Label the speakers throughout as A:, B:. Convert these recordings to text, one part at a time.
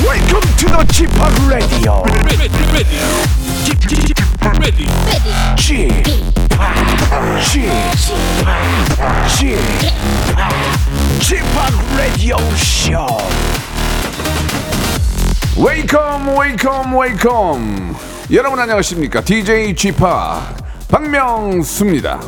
A: Welcome to the g p o p Radio.
B: ready, ready, ready, ready.
A: g p o p G-POP, G-POP Radio Show.
C: 웨이컴 웨이컴 웨이컴 여러분 안녕하십니까 DJ g 파 박명수입니다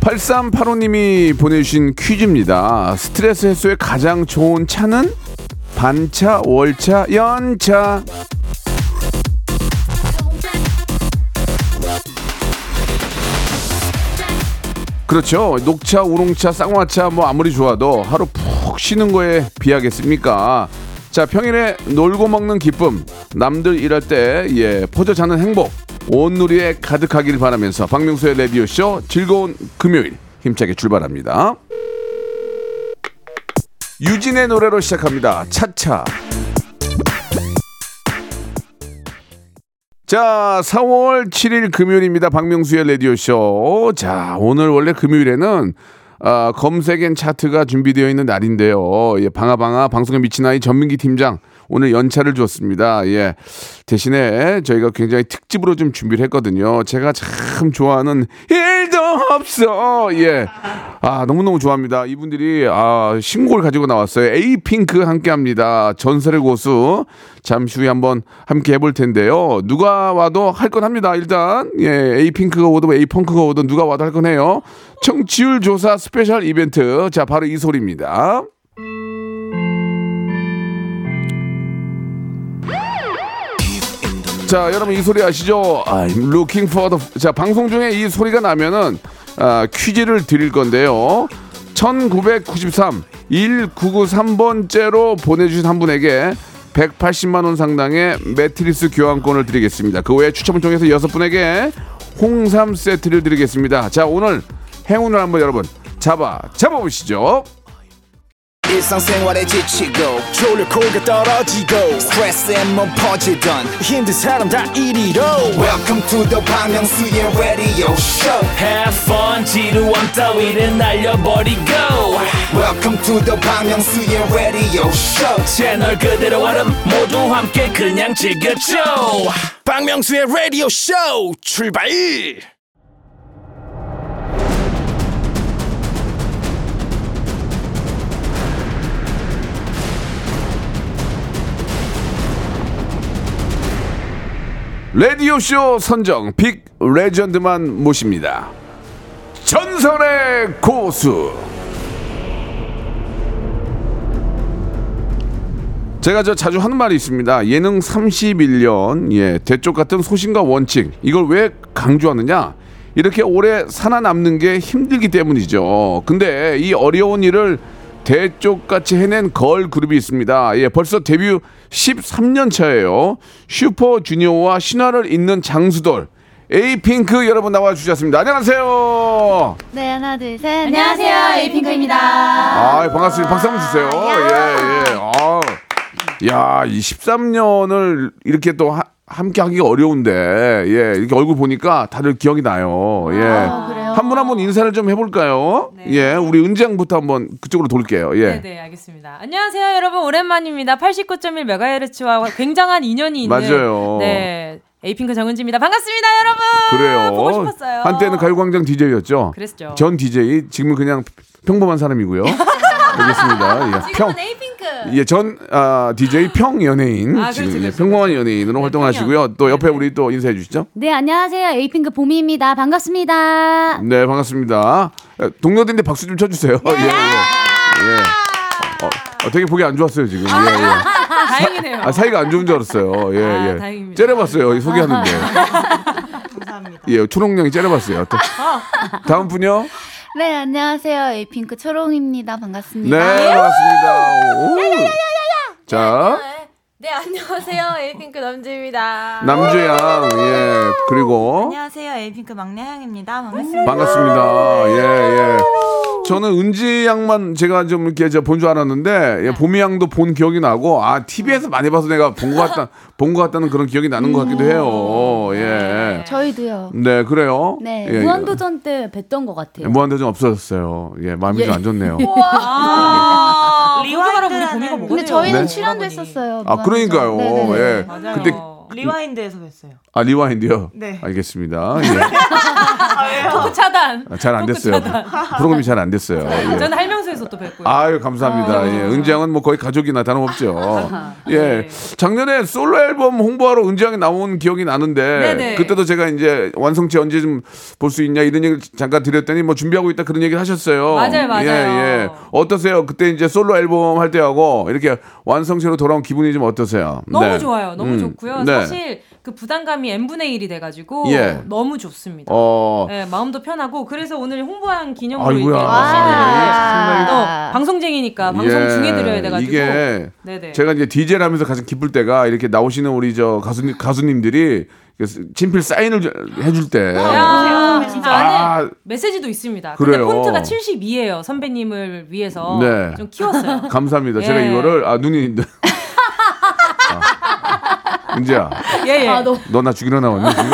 C: (8385님이) 보내주신 퀴즈입니다 스트레스 해소에 가장 좋은 차는 반차 월차 연차 그렇죠. 녹차, 우롱차, 쌍화차 뭐 아무리 좋아도 하루 푹 쉬는 거에 비하겠습니까? 자, 평일에 놀고 먹는 기쁨, 남들 일할 때 예, 퍼져 자는 행복, 온 누리에 가득하길 바라면서 박명수의 레디오 쇼 즐거운 금요일 힘차게 출발합니다. 유진의 노래로 시작합니다. 차차. 자, 4월 7일 금요일입니다. 박명수의 라디오쇼. 자, 오늘 원래 금요일에는 아, 검색엔 차트가 준비되어 있는 날인데요. 예, 방아방아, 방송에 미친 아이 전민기 팀장. 오늘 연차를 줬습니다. 예. 대신에 저희가 굉장히 특집으로 좀 준비를 했거든요. 제가 참 좋아하는 일도 없어. 예. 아, 너무너무 좋아합니다. 이분들이 아, 신곡을 가지고 나왔어요. 에이핑크 함께 합니다. 전설의 고수. 잠시 후에 한번 함께 해볼 텐데요. 누가 와도 할 건 합니다. 일단 예, 에이핑크가 오든 에이펑크가 오든 누가 와도 할 건 해요. 청취율 조사 스페셜 이벤트. 자, 바로 이 소리입니다. 자, 여러분 이 소리 아시죠? I'm looking for the. 자, 방송 중에 이 소리가 나면은 아, 퀴즈를 드릴 건데요. 1993 1993번째로 보내주신 한 분에게 180만 원 상당의 매트리스 교환권을 드리겠습니다. 그 외에 추첨을 통해서 여섯 분에게 홍삼 세트를 드리겠습니다. 자, 오늘 행운을 한번 여러분 잡아 잡아보시죠.
D: 일상생활에 지치고, 졸려 코가 떨어지고, 스트레스에 몸 퍼지던, 힘든 사람 다 이리로. welcome to the Bang Myung-soo's radio show
B: Have fun, 지루한 따위를 날려버리고.
D: welcome to the Bang Myung-soo's radio show
B: 채널 그대로 얼음 모두 함께 그냥 즐겨줘.
E: 박명수의 라디오 쇼 출발!
C: 라디오쇼 선정 빅 레전드만 모십니다. 전설의 고수. 제가 저 자주 하는 말이 있습니다. 예능 31년, 예, 대쪽 같은 소신과 원칙. 이걸 왜 강조하느냐? 이렇게 오래 살아남는 게 힘들기 때문이죠. 근데 이 어려운 일을 대쪽같이 해낸 걸 그룹이 있습니다. 예, 벌써 데뷔 13년 차예요. 슈퍼주니어와 신화를 잇는 장수돌. 에이핑크 여러분 나와주셨습니다. 안녕하세요.
F: 네, 하나, 둘, 셋.
G: 안녕하세요, 에이핑크입니다.
C: 아, 반갑습니다. 박수 한번 주세요. 예, 예. 아. 야, 이 13년을 이렇게 또 하- 함께 하기가 어려운데, 예, 이렇게 얼굴 보니까 다들 기억이 나요. 예.
G: 아, 그래요? 네.
C: 한 분 한 분 인사를 좀 해볼까요? 예, 우리 은지양부터 한번 그쪽으로 돌게요. 예.
G: 네네 알겠습니다. 안녕하세요 여러분 오랜만입니다. 89.1 메가헤르츠와 굉장한 인연이 있는
C: 맞아요.
G: 네 에이핑크 정은지입니다. 반갑습니다 여러분.
C: 그래요.
G: 아, 보고 싶었어요.
C: 한때는 가요광장 DJ였죠.
G: 그랬죠.
C: 전 DJ, 지금은 그냥 평범한 사람이고요. 알겠습니다. 예. 평.
G: 에이핑크.
C: 예, 전 아, DJ 평 연예인
G: 아,
C: 지금
G: 그렇죠,
C: 예,
G: 그렇죠,
C: 평범한 연예인으로 활동하시고요. 또
G: 네.
C: 옆에 우리 또 인사해 주시죠.
F: 네, 안녕하세요. 에이핑크 봄이입니다. 반갑습니다.
C: 네, 반갑습니다. 에, 동료들인데 박수 좀 쳐주세요.
H: 네.
C: 예, 예. 예. 어, 어, 되게 보기 안 좋았어요 지금. 예, 예.
G: 다행이네요.
C: 아, 사이가 안 좋은 줄 알았어요. 예,
G: 아,
C: 예.
G: 다행입니다.
C: 째려봤어요 이 소개하는데. 감사합니다.
H: 아,
C: 예, 초롱령이 째려봤어요. 또. 다음 분요.
F: 네, 안녕하세요. 에이핑크
H: 아, 예.
F: 초롱입니다. 반갑습니다.
C: 네, 반갑습니다. 오. 자,
H: 네, 안녕하세요. 에이핑크 넘지입니다.
C: 남주양 예 그리고
G: 안녕하세요. 에이핑크 막내 하영입니다.
C: 음.
G: 반갑습니다.
C: 반갑습니다. 예, 예. 저는 은지 양만 제가 좀 이렇게 본 줄 알았는데, 예, 보미 양도 본 기억이 나고, 아, TV에서 많이 봐서 내가 본 것 같다, 본 것 같다는 그런 기억이 나는 것 같기도 해요. 예.
H: 저희도요.
C: 네, 그래요.
F: 네,
C: 예,
F: 무한도전 때 뵀던 것
C: 예.
F: 같아요.
C: 무한도전 없어졌어요. 예, 마음이 좀 안 좋네요.
G: 아, 리와인드라고 우리 보미가 뭐가 돼요?
H: 근데 저희는
C: 네?
H: 출연도 했었어요.
C: 아, 그러니까요.
H: 네네네.
C: 예.
G: 맞아요.
C: 그때,
I: 리와인드에서 뵀어요.
C: 아, 리와인드요?
I: 네.
C: 알겠습니다. 예.
G: 아,
I: 아,
G: 토크 차단.
C: 아, 잘 안 됐어요. 프로그램이 잘 안 됐어요. 예.
G: 저는 할명수에서 또 뵙고요.
C: 아유 감사합니다. 예, 은지양은 뭐 거의 가족이나 다름없죠.
G: 네.
C: 예, 작년에 솔로 앨범 홍보하러 은지양이 나온 기억이 나는데
G: 네네.
C: 그때도 제가 이제 완성체 언제 좀 볼 수 있냐 이런 얘기를 잠깐 드렸더니 뭐 준비하고 있다 그런 얘기를 하셨어요.
G: 맞아요, 맞아요.
C: 예, 예. 어떠세요? 그때 이제 솔로 앨범 할 때하고 이렇게 완성체로 돌아온 기분이 좀 어떠세요?
G: 너무
C: 네.
G: 좋아요. 너무
C: 음,
G: 좋고요.
C: 네.
G: 사실 그 부담감이 n분의 1이 돼가지고
C: 예.
G: 너무 좋습니다.
C: 어,
G: 네, 마음도 편하고 그래서 오늘 홍보한 기념으로
C: 아이고야. 네.
G: 이렇게
H: 아.
G: 또 방송쟁이니까 방송
C: 예,
G: 중에 드려야 돼가지고
C: 이게
G: 네네.
C: 제가 이제 DJ를 하면서 가장 기쁠 때가 이렇게 나오시는 우리 저 가수님 가수님들이 친필 사인을 저- 해줄 때
G: 아, 진짜 안에
C: 아.
G: 메시지도 있습니다.
C: 그래요.
G: 근데 폰트가 72예요. 선배님을 위해서
C: 네.
G: 좀 키웠어요.
C: 감사합니다. 제가
G: 예.
C: 이거를 아 눈이 아. 은지야
G: 예, 예.
C: 너 나 죽이러 나왔니 지금?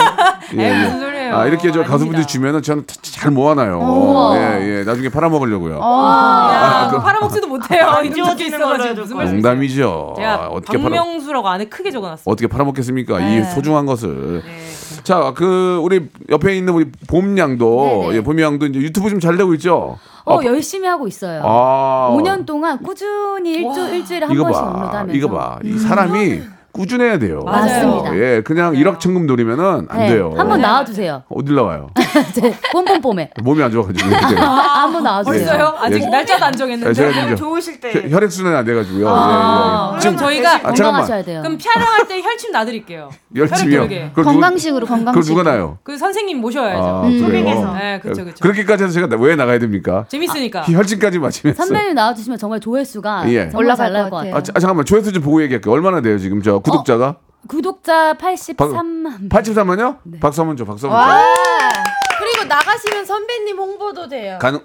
G: 에이, 무슨 소리예요.
C: 아 이렇게 저 가수분들
G: 아닙니다.
C: 주면은 저는 다- 잘 모아놔요. 예예 나중에 팔아먹으려고요.
G: 어, 야, 그거 팔아먹지도 못해요. 이름 적혀
I: 지워지는 걸로
G: 있어가지고
I: 해둘
G: 무슨
I: 거야.
G: 말씀이세요?
C: 농담이죠.
G: 제가
C: 어떻게 팔아
G: 박명수라고 안에 크게 적어놨어요.
C: 어떻게 팔아먹겠습니까?
F: 네.
C: 이 소중한 것을.
G: 네.
C: 자, 그 우리 옆에 있는 우리 봄양도
F: 네네.
C: 예, 봄양도 이제 유튜브 좀 잘 되고 있죠.
F: 어, 열심히 하고 있어요.
C: 아,
F: 5년 동안 꾸준히 일주, 일주일에 한
C: 이거
F: 번씩
C: 봐,
F: 업로드하면서 음.
C: 이거 봐. 이 사람이 꾸준해야 돼요.
F: 맞아요. 맞습니다.
C: 예, 그냥 일확천금 노리면은 안
F: 네,
C: 돼요.
F: 한번 나와주세요.
C: 어딜 나와요?
F: 이제 뽐뽐뽐에
C: 몸이 안 좋아가지고. 이렇게.
F: 아, 한번 나와주세요.
G: 벌써요? 아직
C: 예.
G: 날짜도 안
C: 예,
G: 정했는데.
C: 제가 지금 저-
I: 좋으실 때.
C: 혈- 혈액순환이 안 돼가지고요.
G: 아,
C: 예, 예.
G: 그럼 저희가
C: 아,
F: 건강하셔야
C: 잠깐만.
F: 돼요.
G: 그럼 촬영할 때 혈침 놔드릴게요.
C: 열심히요.
G: 혈액 교육에.
C: 그걸 누구-
H: 건강식으로
C: 그걸
H: 건강식.
C: 누가 나요?
G: 그 선생님 모셔야죠.
F: 음.
C: 아,
I: 소빙해서.
C: 그래요.
G: 네, 그렇죠, 그렇죠.
C: 그렇게까지 해서 제가 왜 나가야 됩니까?
G: 재밌으니까.
C: 혈진까지 마치면서.
F: 선배님 나와주시면 정말 조회수가
C: 예.
F: 올라갈 것 같아요.
C: 아, 자- 아, 잠깐만 조회수 좀 보고 얘기할게요. 얼마나 돼요 지금 저 구독자가?
G: 어.
F: 구독자 83만.
C: 83만요?
G: 네.
C: 박수 한번 줘. 박수 한번
H: 와.
C: 줘.
H: 그리고 나가시면 선배님 홍보도 돼요.
C: 가능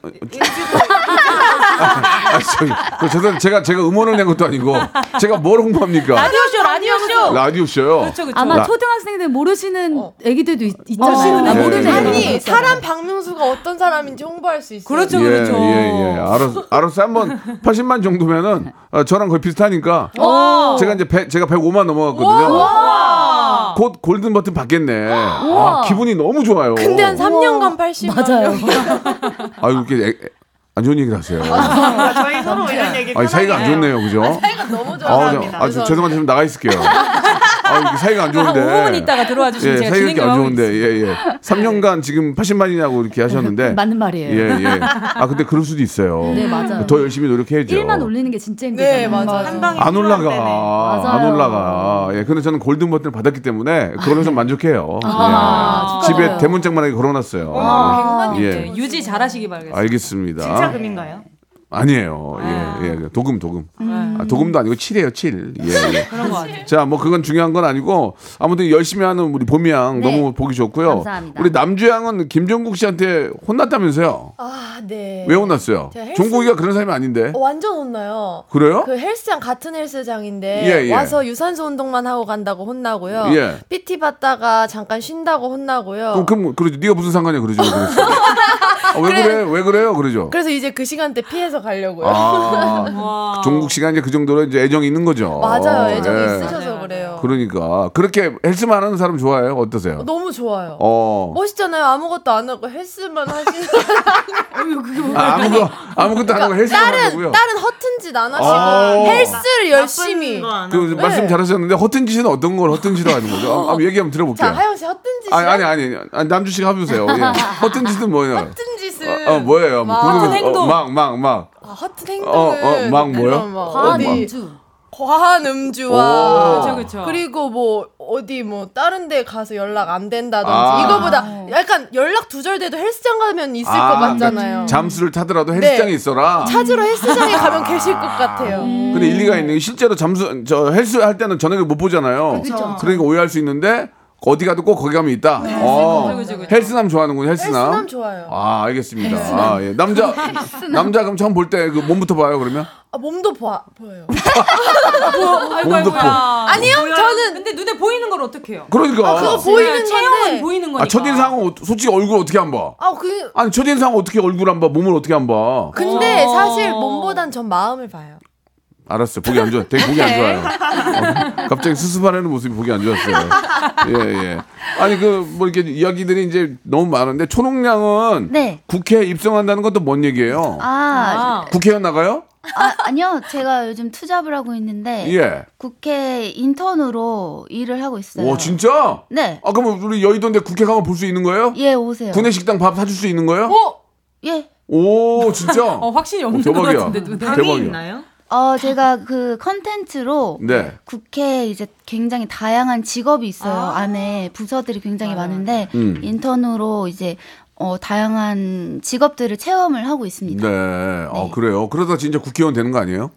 C: 아, 저기, 그 죄송 제가 제가 음원을 낸 것도 아니고 제가 뭘 홍보합니까?
G: 라디오쇼,
I: 어,
G: 라디오쇼!
C: 라디오 쇼요.
G: 그렇죠, 그렇죠.
F: 아마
C: 나-
F: 초등학생들 모르시는 애기들도 있,
H: 어.
F: 있잖아요. 아, 모르는
C: 예, 예.
F: 애기들도
H: 아니
F: 있잖아요.
H: 사람 박명수가 어떤 사람인지 홍보할 수 있어요.
G: 그렇죠,
C: 예,
G: 그렇죠.
C: 예, 예. 알았어. 알았어. 한번 80만 정도면은 어, 저랑 거의 비슷하니까
F: 어.
G: 어.
C: 제가 이제 100, 제가 105만 넘어갔거든요. 곧 골든 버튼 받겠네. 아, 기분이 너무 좋아요.
H: 근데 한 3년간 80만
F: 맞아요.
C: 아유, 이렇게 애- 안 좋은 얘기를 하세요.
I: 아, 저희 서로
H: 네.
I: 이런 얘기
C: 아니, 사이가 안 좋네요. 그죠?
H: 너무
C: 아,
H: 좋아합니다.
C: 저, 아, 저, 죄송한데 좀 나가 있을게요. 아, 이게 사이가 안 좋은데.
G: 5분 있다가 들어와 주시면
C: 예,
G: 제가
C: 사이가
G: 진행
C: 이렇게 안
G: 좀 하고
C: 좋은데. 예, 예. 3년간 지금 80만이냐고 이렇게 하셨는데.
J: 네,
F: 맞는 말이에요.
C: 예, 예. 아, 근데 그럴 수도 있어요.
F: 네, 맞아요.
C: 더 열심히 노력해야죠.
F: 1만 올리는 게 진짜 힘들어요.
H: 네, 맞아요.
I: 한 방에
C: 안 올라가.
I: 필요한데네.
C: 안
F: 맞아요.
C: 올라가. 예, 근데 저는 골든 버튼을 받았기 때문에 그걸로 좀 만족해요.
F: 아,
C: 예. 집에
F: 축하드려요.
C: 대문짝만하게 걸어놨어요. 예.
G: 있어요. 아, 유지 잘하시기 바라겠습니다.
C: 알겠습니다.
I: 진짜 금인가요?
C: 아. 아니에요. 예, 예. 도금, 도금. 아, 도금도 아니고 칠이에요칠 예, 예.
G: 네, 그런 거 같아요.
C: 자, 뭐 그건 중요한 건 아니고 아무튼 열심히 하는 우리 봄양
F: 네.
C: 너무 보기 좋고요.
F: 감사합니다.
C: 우리 남주양은 김종국 씨한테 혼났다면서요?
H: 아, 네.
C: 왜 혼났어요?
H: 제가 헬스-
C: 종국이가 그런 사람이 아닌데.
H: 어, 완전 혼나요.
C: 그래요?
H: 그 헬스장 같은 헬스장인데
C: 어? 예, 예.
H: 와서 유산소 운동만 하고 간다고 혼나고요.
C: 예.
H: PT 받다가 잠깐 쉰다고
C: 그럼
H: 혼나고요.
C: 그럼 그러지. 네가 무슨 상관이야 그러죠. 그랬어요. 아, 왜 그래? 왜 그래요? 그러죠.
H: 그래서 이제 그 시간대 피해서 가려고요.
C: 아. 종국 씨가 이제 그 정도로 이제 애정이 있는 거죠.
H: 맞아요. 애정이
C: 예.
H: 있으셔서 그래요.
C: 그러니까 그렇게 헬스만 하는 사람 좋아해요? 어떠세요?
H: 너무 좋아요.
C: 어.
H: 멋있잖아요. 아무것도 안 하고 헬스만 하시는
C: 아, 아무거 아무것도 안 하고 헬스만 하고요.
H: 다른 다른 허튼 짓 안 하시고
C: 아.
H: 헬스를 열심히.
I: 나쁜 거안
C: 그
I: 하고.
C: 말씀 잘하셨는데 허튼 짓은 어떤 걸 허튼 짓이라고 하는 거죠? 한번 얘기 한번 들어볼게요.
H: 자, 하영 씨 허튼 짓.
C: 예. 아니 아니 아니 아니, 남주 씨가 해보세요. 예. 허튼 짓은 뭐예요?
H: 허튼 짓을.
C: 어, 어 뭐예요?
H: 막-
C: 궁금해서.
G: 허튼 행동.
C: 어, 막 막 막.
H: 아, 허튼
C: 어,
H: 행동을.
C: 어, 막 뭐요?
F: 아,
H: 그런 막
C: 어,
H: 어디
F: 과민주.
H: 과한
C: 오. 그쵸,
H: 음주와
G: 그쵸.
H: 그리고 뭐 어디 뭐 다른 데 가서 연락 안 된다든지
C: 아.
H: 이거보다 약간 연락 두절돼도 헬스장 가면 있을
C: 아, 음.
H: 것 같잖아요.
C: 잠수를 타더라도 헬스장에
H: 네.
C: 있어라.
H: 찾으러 헬스장에 가면 계실 것 같아요.
C: 근데 일리가 있는 게 실제로 잠수 저 헬스 할 때는 저녁에 못 보잖아요.
I: 그쵸.
C: 러니까 오해할 수 있는데 어디 가도 꼭 거기 가면 있다. 어.
G: 그죠, 그죠.
C: 헬스남 좋아하는군 헬스남.
H: 헬스남 좋아요.
C: 아 알겠습니다. 아, 예. 남자 남자 그럼 처음 볼 때 그 몸부터 봐요 그러면.
H: 아, 몸도 보아, 보여요.
G: 아이고
C: 몸도
G: 아이고야.
H: 아니요,
G: 뭐야.
H: 저는-
G: 근데 눈에 보이는 걸 어떻게 해요?
C: 그러니까.
H: 그거 보이는
G: 체형은
H: 건데.
G: 보이는 거니까.
C: 아 첫인상은 어- 솔직히 얼굴 어떻게 안 봐?
H: 아, 그
C: 아니 첫인상 어떻게 얼굴 안 봐? 몸을 어떻게 안 봐?
H: 근데
G: 어.
H: 사실 몸보단 전 마음을 봐요.
C: 알았어요. 보기 안 좋아. 되게 보기 안 좋아요. 어, 갑자기 수습하려는 모습이 보기 안 좋았어요. 예, 예. 아니, 그, 뭐, 이렇게 이야기들이 이제 너무 많은데, 초록량은
F: 네.
C: 국회에 입성한다는 것도 뭔 얘기예요?
F: 아,
G: 아,
C: 국회의원 나가요?
F: 아, 아니요. 제가 요즘 투잡을 하고 있는데
C: 예.
F: 국회 인턴으로 일을 하고 있어요.
C: 오, 진짜?
F: 네.
C: 아, 그럼 우리 여의도인데 국회 가면 볼 수 있는 거예요?
F: 예, 오세요.
C: 군내 식당 밥 사줄 수 있는 거예요?
G: 어?
F: 예.
C: 오, 진짜?
G: 어, 확신이 없는 것
C: 대박이야.
G: 같은데 눈에.
C: 대박이야.
I: 감이 있나요?
F: 어, 제가 그 컨텐츠로
C: 네.
F: 국회에 이제 굉장히 다양한 직업이 있어요.
G: 아.
F: 안에 부서들이 굉장히 많은데
C: 음.
F: 인턴으로 이제 어, 다양한 직업들을 체험을 하고 있습니다.
C: 네. 어, 그래요. 그러다 진짜 국회의원 되는 거 아니에요?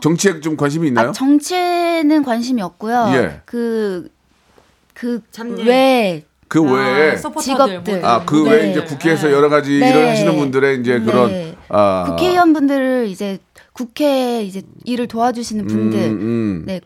C: 정치에 좀 관심이 있나요?
F: 아, 정치에는 관심이 없고요.
C: 네. 예.
F: 그, 그,
I: 잡일.
F: 외
C: 그 외에.
G: 아, 서포터들,
F: 직업들.
G: 모델,
C: 아, 그 외에
F: 네.
C: 이제
G: 모델들.
C: 국회에서 여러 가지
F: 네.
C: 일을 하시는 분들의 이제
F: 네.
C: 그런 아,
F: 국회의원분들을 이제 국회 이제 일을 도와주시는 분들,
C: 음, 음.
F: 네.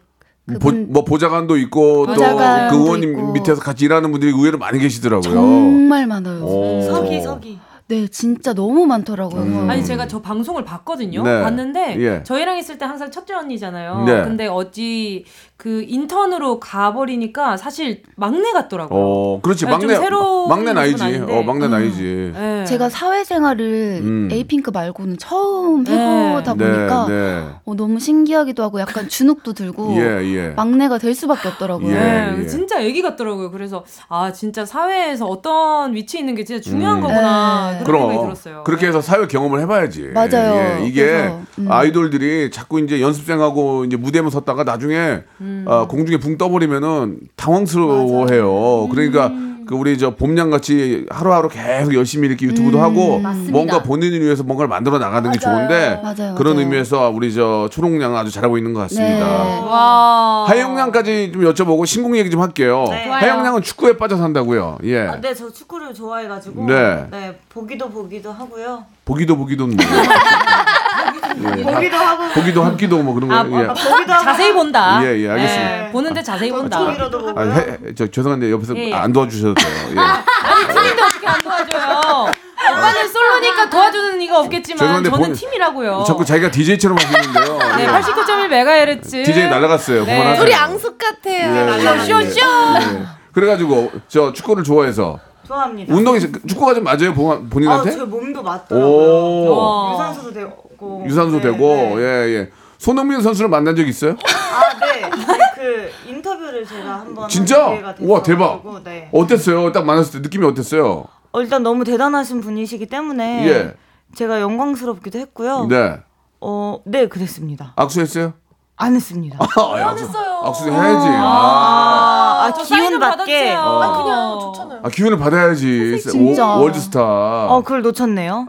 C: 보,
F: 그분
C: 뭐 보좌관도 있고 또
F: 보좌관도
C: 그 의원님
F: 있고.
C: 밑에서 같이 일하는 분들이 의외로 많이 계시더라고요. 어.
F: 정말 많아요.
C: 오.
I: 서기 서기.
F: 네, 진짜 너무 많더라고요.
C: 음.
G: 아니 제가 저 방송을 봤거든요.
C: 네.
G: 봤는데
C: 예.
G: 저희랑 있을 때 항상 첫째 언니잖아요.
C: 네.
G: 근데 어찌 그 인턴으로 가버리니까 사실 막내 같더라고요.
C: 어, 그렇지
G: 아니,
C: 막내
G: 좀 새로운
C: 막내 나이지.
G: 분은 아닌데.
C: 어, 막내 나이지.
G: 예.
F: 제가 사회생활을
C: 음.
F: 에이핑크 말고는 처음 아, 해보다
C: 네,
F: 보니까
C: 네.
F: 어, 너무 신기하기도 하고 약간 주눅도 들고
C: 예, 예.
F: 막내가 될 수밖에 없더라고요.
C: 예.
G: 네, 진짜 애기 같더라고요. 그래서 아 진짜 사회에서 어떤 위치 에 있는 게 진짜 중요한
C: 음.
G: 거구나 그런 생각이
C: 그럼
G: 네. 들었어요.
C: 그렇게 해서 사회 경험을 해봐야지.
F: 맞아요.
C: 예, 이게
F: 그래서, 음.
C: 아이돌들이 자꾸 이제 연습생하고 이제 무대만 섰다가 나중에 아, 공중에 붕 떠버리면은 당황스러워해요. 그러니까 그 우리 저 봄양 같이 하루하루 계속 열심히 이렇게 유튜브도 하고
F: 맞습니다.
C: 뭔가 본인을 위해서 뭔가를 만들어 나가는 게
H: 맞아요.
C: 좋은데
F: 맞아요,
C: 그런
F: 맞아요.
C: 의미에서 우리 저 초록양 아주 잘하고 있는 것 같습니다.
F: 네.
G: 와.
C: 하영양까지 좀 여쭤보고 신곡 얘기 좀 할게요.
I: 네. 좋아요.
C: 하영양은 축구에 빠져 산다고요. 예.
I: 아, 네, 저 축구를 좋아해가지고
C: 네.
I: 네. 보기도 보기도 하고요. 아,
C: 보기도 보기도는 뭐. 네.
I: 보기도 하고
C: 보기도 합기도 뭐 그런 거.
G: 아,
C: 예.
G: 아,
I: 보기도 하고
G: 자세히 본다. 네.
C: 예, 예, 알겠습니다.
G: 보는데 자세히 본다.
I: 보기로도
C: 아,
I: 하고요.
C: 해, 해- 저 죄송한데 옆에서
G: 예, 예.
C: 안 도와주셔도 돼요. 예.
G: 팀인데 어떻게 안 도와줘요? 오빠는 솔로니까 도와주는 이가 없겠지만
C: 죄송한데
G: 저는
C: 본-
G: 팀이라고요.
C: 자꾸 자기가 DJ처럼 하시는데요.
G: 어. 네, 89.1 메가헤르츠.
C: DJ 날라갔어요.
G: 네.
C: 그만하세요.
H: 우리 아. 앙숙 같아요.
G: 쇼쇼.
C: 예. 그래가지고 저 축구를 좋아해서
I: 좋아합니다.
C: 운동이 축구가 좀 맞아요 봉-
I: 아,
C: 본인한테?
I: 제 몸도
C: 오.
I: 맞더라고요. 유산소도 되고
C: 유산소
I: 어. 네,
C: 되고
I: 네.
C: 예예. 손흥민 선수를 만난 적 있어요?
I: 아, 네. 그 인터뷰를 제가 한번 한
C: 진짜?
I: 기회가
C: 우와 대박.
I: 돼가지고, 네.
C: 어땠어요? 딱 만났을 때 느낌이 어땠어요?
I: 어, 일단 너무 대단하신 분이시기 때문에
C: 예.
I: 제가 영광스럽기도 했고요.
C: 네.
I: 어, 네, 그랬습니다.
C: 악수했어요?
I: 안 했습니다.
C: 안했어요 악수 해야지. 아.
I: 아,
G: 저
I: 기운
G: 사인은
I: 받게.
G: 받았어요.
C: 아,
H: 그냥 좋잖아요.
C: 아, 기운을 받아야지.
F: 진짜.
C: 오- 월드스타. 아,
I: 어, 그걸 놓쳤네요.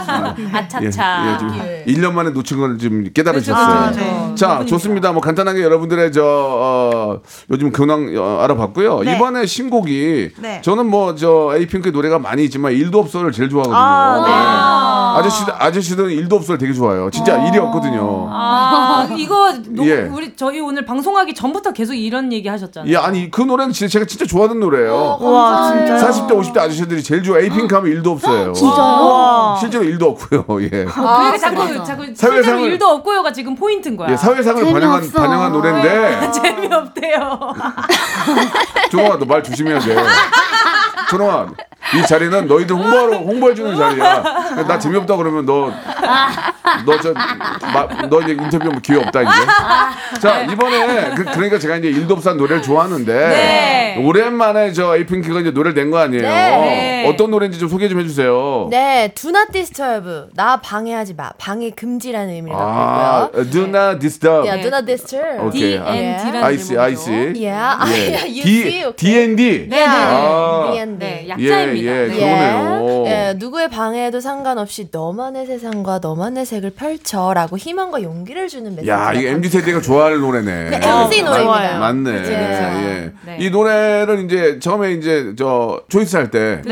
C: 예, 예,
G: 아차차.
C: 지금 1년 만에 놓친 걸 지금 깨달으셨어요.
I: 아,
G: 그렇죠.
I: 네.
C: 자, 좋습니다. 뭐 간단하게 여러분들의 저 어, 요즘 근황 어, 알아봤고요.
I: 네.
C: 이번에 신곡이
I: 네.
C: 저는 뭐 저 에이핑크 노래가 많이 있지만 일도 없어를 제일 좋아하거든요. 예.
G: 네.
C: 네.
I: 아,
C: 아저씨 아저씨들은 일도 없어를 되게 좋아해요. 진짜 일이 없거든요.
G: 아, 이거 녹-
C: 예.
G: 우리 저희 오늘 방송하기 전부터 계속 이런 얘기 하셨잖아요.
C: 예, 아니 그 노래는 진짜 제가 진짜 좋아하는 노래예요.
I: 네. 와, 진짜요?
C: 40대 50대 아저씨들이 제일 좋아. 에이핑크 하면 일도 없어요.
I: 와.
C: 실제로 일도 없고요. 예.
G: 그러니까 자꾸 자꾸 실제로
C: 사회상을-
G: 일도 없고요가 지금 포인트인 거야.
C: 예, 사회상을 반영한
F: 재미없어.
C: 반영한 노래인데
G: 재미없대요.
C: 조롱아 너 말 조심해야 돼. 조롱아 이 자리는 너희들 홍보하러 홍보해주는 자리야. 나 재미없다 그러면 너 너 저, 마- 너 이제 인터뷰 뭐 기회 없다, 이제. 자, 이번에, 그, 러니까 제가 이제 일도 없한 노래를 좋아하는데.
G: 네.
C: 오랜만에 저 에이핑크가 이제 노래를 낸 거 아니에요.
G: 네.
C: 어떤 노래인지 좀 소개 좀 해주세요.
H: 네, do not disturb. 나 방해하지 마. 방해 금지라는 의미를
C: 아,
H: 갖고 있고요.
C: do not disturb.
H: Yeah, do not disturb.
C: 오케이.
G: D&D라는
C: I see, I see. 예.
H: Yeah, yeah, 네. 아, you see.
C: D, D&D.
G: 네, 네.
C: 아.
H: D&D.
G: 네,
C: 예,
G: 약자입니다.
C: 예,
G: 네.
C: 그러네요.
H: 예, 누구의 방해에도 상관없이 너만의 세상과 너만의 색을 펼쳐라고 희망과 용기를 주는 메시지.
C: 야, 이게 MZ 세대가 좋아할 노래네.
H: 네, MZ
C: 맞-
H: 노래입니다.
C: 맞네. 예.
G: 네.
C: 이 노래를 이제 처음에 이제 저 조이스 할 때 딱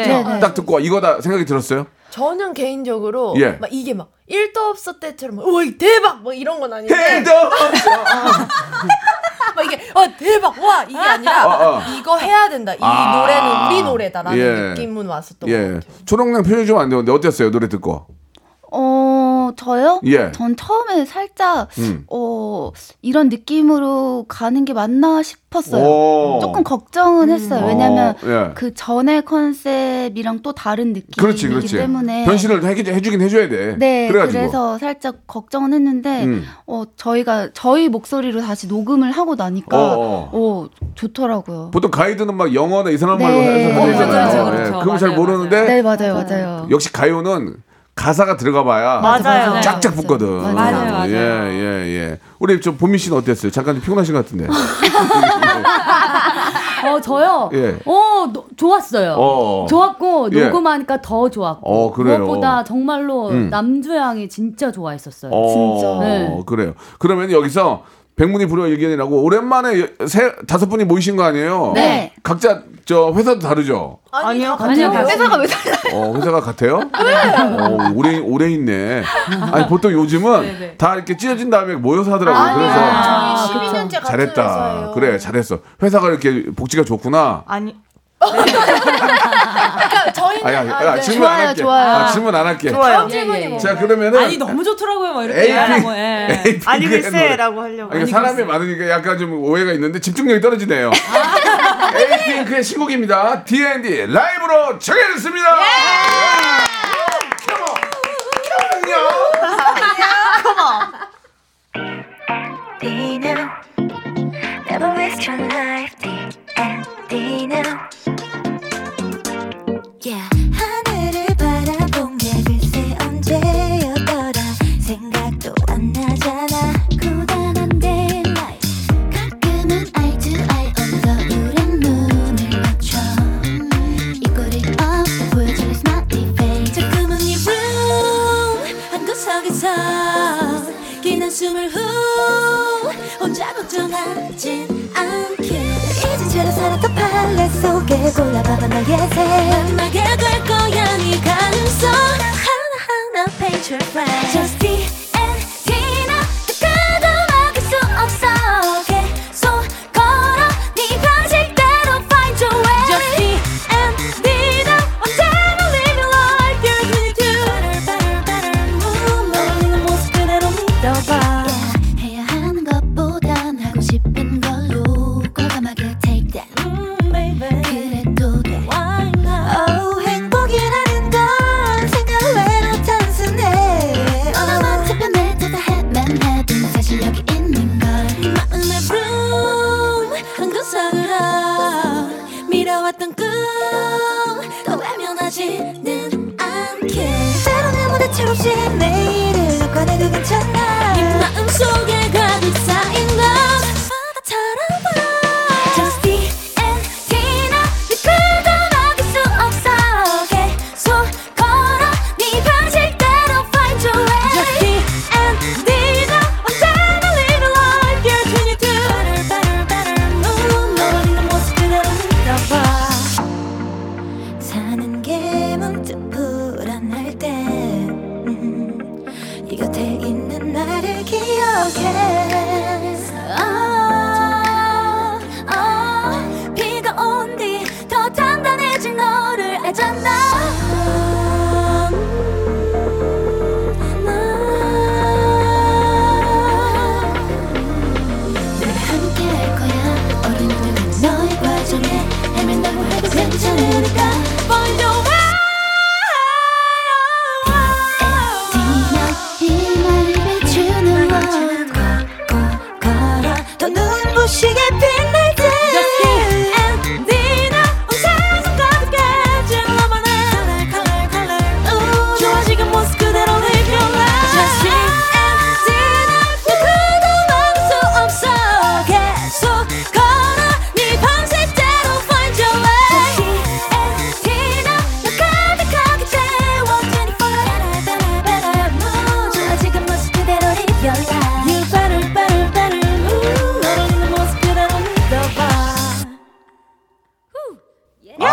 G: 네.
C: 듣고 이거다 생각이 들었어요?
H: 저는 개인적으로
C: 예.
H: 막 이게 막 일도 없었 때처럼 막, 와 이거 대박 막 이런 건 아닌데
C: 대도
H: 막 이게 어 대박 와 이게 아니라
C: 어, 어.
H: 이거 해야 된다 이
C: 아.
H: 노래는 우리 노래다라는
C: 예.
H: 느낌은 왔었던 것
C: 예.
H: 같아요.
C: 초록랑 표현이 좀 안 되는데 어땠어요? 노래 듣고.
F: 어, 저요?
C: 예.
F: 전 처음에 살짝
C: 음.
F: 어, 이런 느낌으로 가는 게 맞나 싶었어요.
C: 오.
F: 조금 걱정은
C: 음.
F: 했어요.
C: 어,
F: 왜냐면
C: 예.
F: 그 전의 컨셉이랑 또 다른 느낌이기
C: 그렇지, 그렇지.
F: 때문에
C: 네. 변신을 해, 해주긴 해줘야 돼.
F: 네, 그래
C: 그래가지고.
F: 서 살짝 걱정은 했는데
C: 음.
F: 어, 저희가 저희 목소리로 다시 녹음을 하고 나니까
C: 어,
F: 어, 좋더라고요.
C: 보통 가이드는 막 영어나 이상한 말로
F: 네.
C: 해서
F: 어,
C: 하잖아요.
G: 맞아요,
C: 예,
G: 그렇죠.
C: 그건 잘
G: 맞아요,
C: 모르는데
F: 네,
G: 맞아요.
F: 맞아요, 맞아요.
C: 역시 가요는 가사가 들어가 봐야
I: 맞아요.
F: 네. 맞아요.
C: 쫙쫙 붙거든.
F: 맞아요.
G: 맞아요, 맞아요.
C: 예, 예, 예. 우리 저 보미 씨는 어땠어요? 잠깐 좀 피곤하신 것 같은데.
K: 어 저요.
C: 예.
K: 어 노- 좋았어요.
C: 어.
K: 좋았고
C: 예.
K: 녹음하니까 더 좋았고
C: 어, 그래요.
K: 무엇보다 정말로
C: 음.
K: 남주향이 진짜 좋아했었어요.
C: 어,
K: 진짜. 네.
C: 그래요. 그러면 여기서 백문이 불여 일견이라고 오랜만에 여- 세 다섯 분이 모이신 거 아니에요?
F: 네.
C: 각자 저 회사도 다르죠.
H: 아니,
I: 아니요,
H: 다
I: 아니요.
H: 같아요.
F: 회사가 왜 달라?
C: 어, 회사가 같아요? 어, 오래 오래 있네. 아니 보통 요즘은 다 이렇게 찢어진 다음에 모여서 하더라고요. 그래서
G: 네.
H: 아니요, 저희 12년째 같은
C: 잘했다.
H: 회사예요.
C: 그래, 잘했어. 회사가 이렇게 복지가 좋구나.
I: 아니
H: 그러니까 저희는
C: 아야,
H: 아,
C: 아,
H: 네.
C: 질문 안
F: 좋아요,
C: 할게.
F: 좋아요.
C: 아, 질문 안 할게.
I: 좋아요.
H: 질문이 뭐?
C: 자, 그러면은
G: 아니 너무 좋더라고요. 막 이렇게
C: 네. 에이핑.
G: 하라고. 예.
C: 에이,
I: 아니
C: 그래, 노래.
I: 글쎄라고 하려고.
C: 아니, 사람이 많으니까 약간 좀 오해가 있는데 집중력이 떨어지네요. 에이핑크의 신곡입니다. D&D 라이브로 정해졌습니다.
J: D now. Never waste your life. D and D now. Yeah. 하늘을 바라본 게 글쎄 언제였더라. 생각도 안 나잖아. 고단한 day life. 가끔은 eye to eye on the 우린 눈을 맞춰. 입꼬리 up 보여줄 smiley face. 조금은 이 room 한 구석에서 기는 숨을 후 혼자 걱정하진 않게 이젠 제로 살았다 팔레 속에 골라봐봐 너의 새 마지막에 될 거야 네 가능성 하나하나 paint your plan Just D and D나 끝까지 막을 수 없어 계속 걸어 네가 실대로 find your way Just D and D나 언제나 living like you're gonna do better better better move 너의 모습 그대로 믿어봐 해야 하는 것보단 하고 싶은 걸로 과감하게 take that
F: 음,
J: 그래도 돼 oh 행복이라는 건 생각외로 단순해 어나만 특별해 to the headman heaven 사실 여기 있는 걸 마음의 room 한 구석으로 밀어왔던 꿈또 외면하지는 않게 때론 아무 대책 없이 내일을 꺼내도 괜찮아 이 마음 속에 가득 쌓인 건 바다처럼 불어 Just D and D나 미끄러 막을 수 없어 계속 걸어 네 방식대로 find your way Just D and D나 언제나 live like you're 22 Better better better move 너와 있는 모습 그대로 믿어봐 사는 게 문득 불안할 때 음, 이 곁에 있는 나를 기억해 아, 아, 비가 온 뒤 더 단단해질 너를 알잖아 음, 나. 늘 함께 할 거야 어른이 되는 너의 과정에 헤맨다고 해도 괜찮으니까 Find your way 네
C: 예!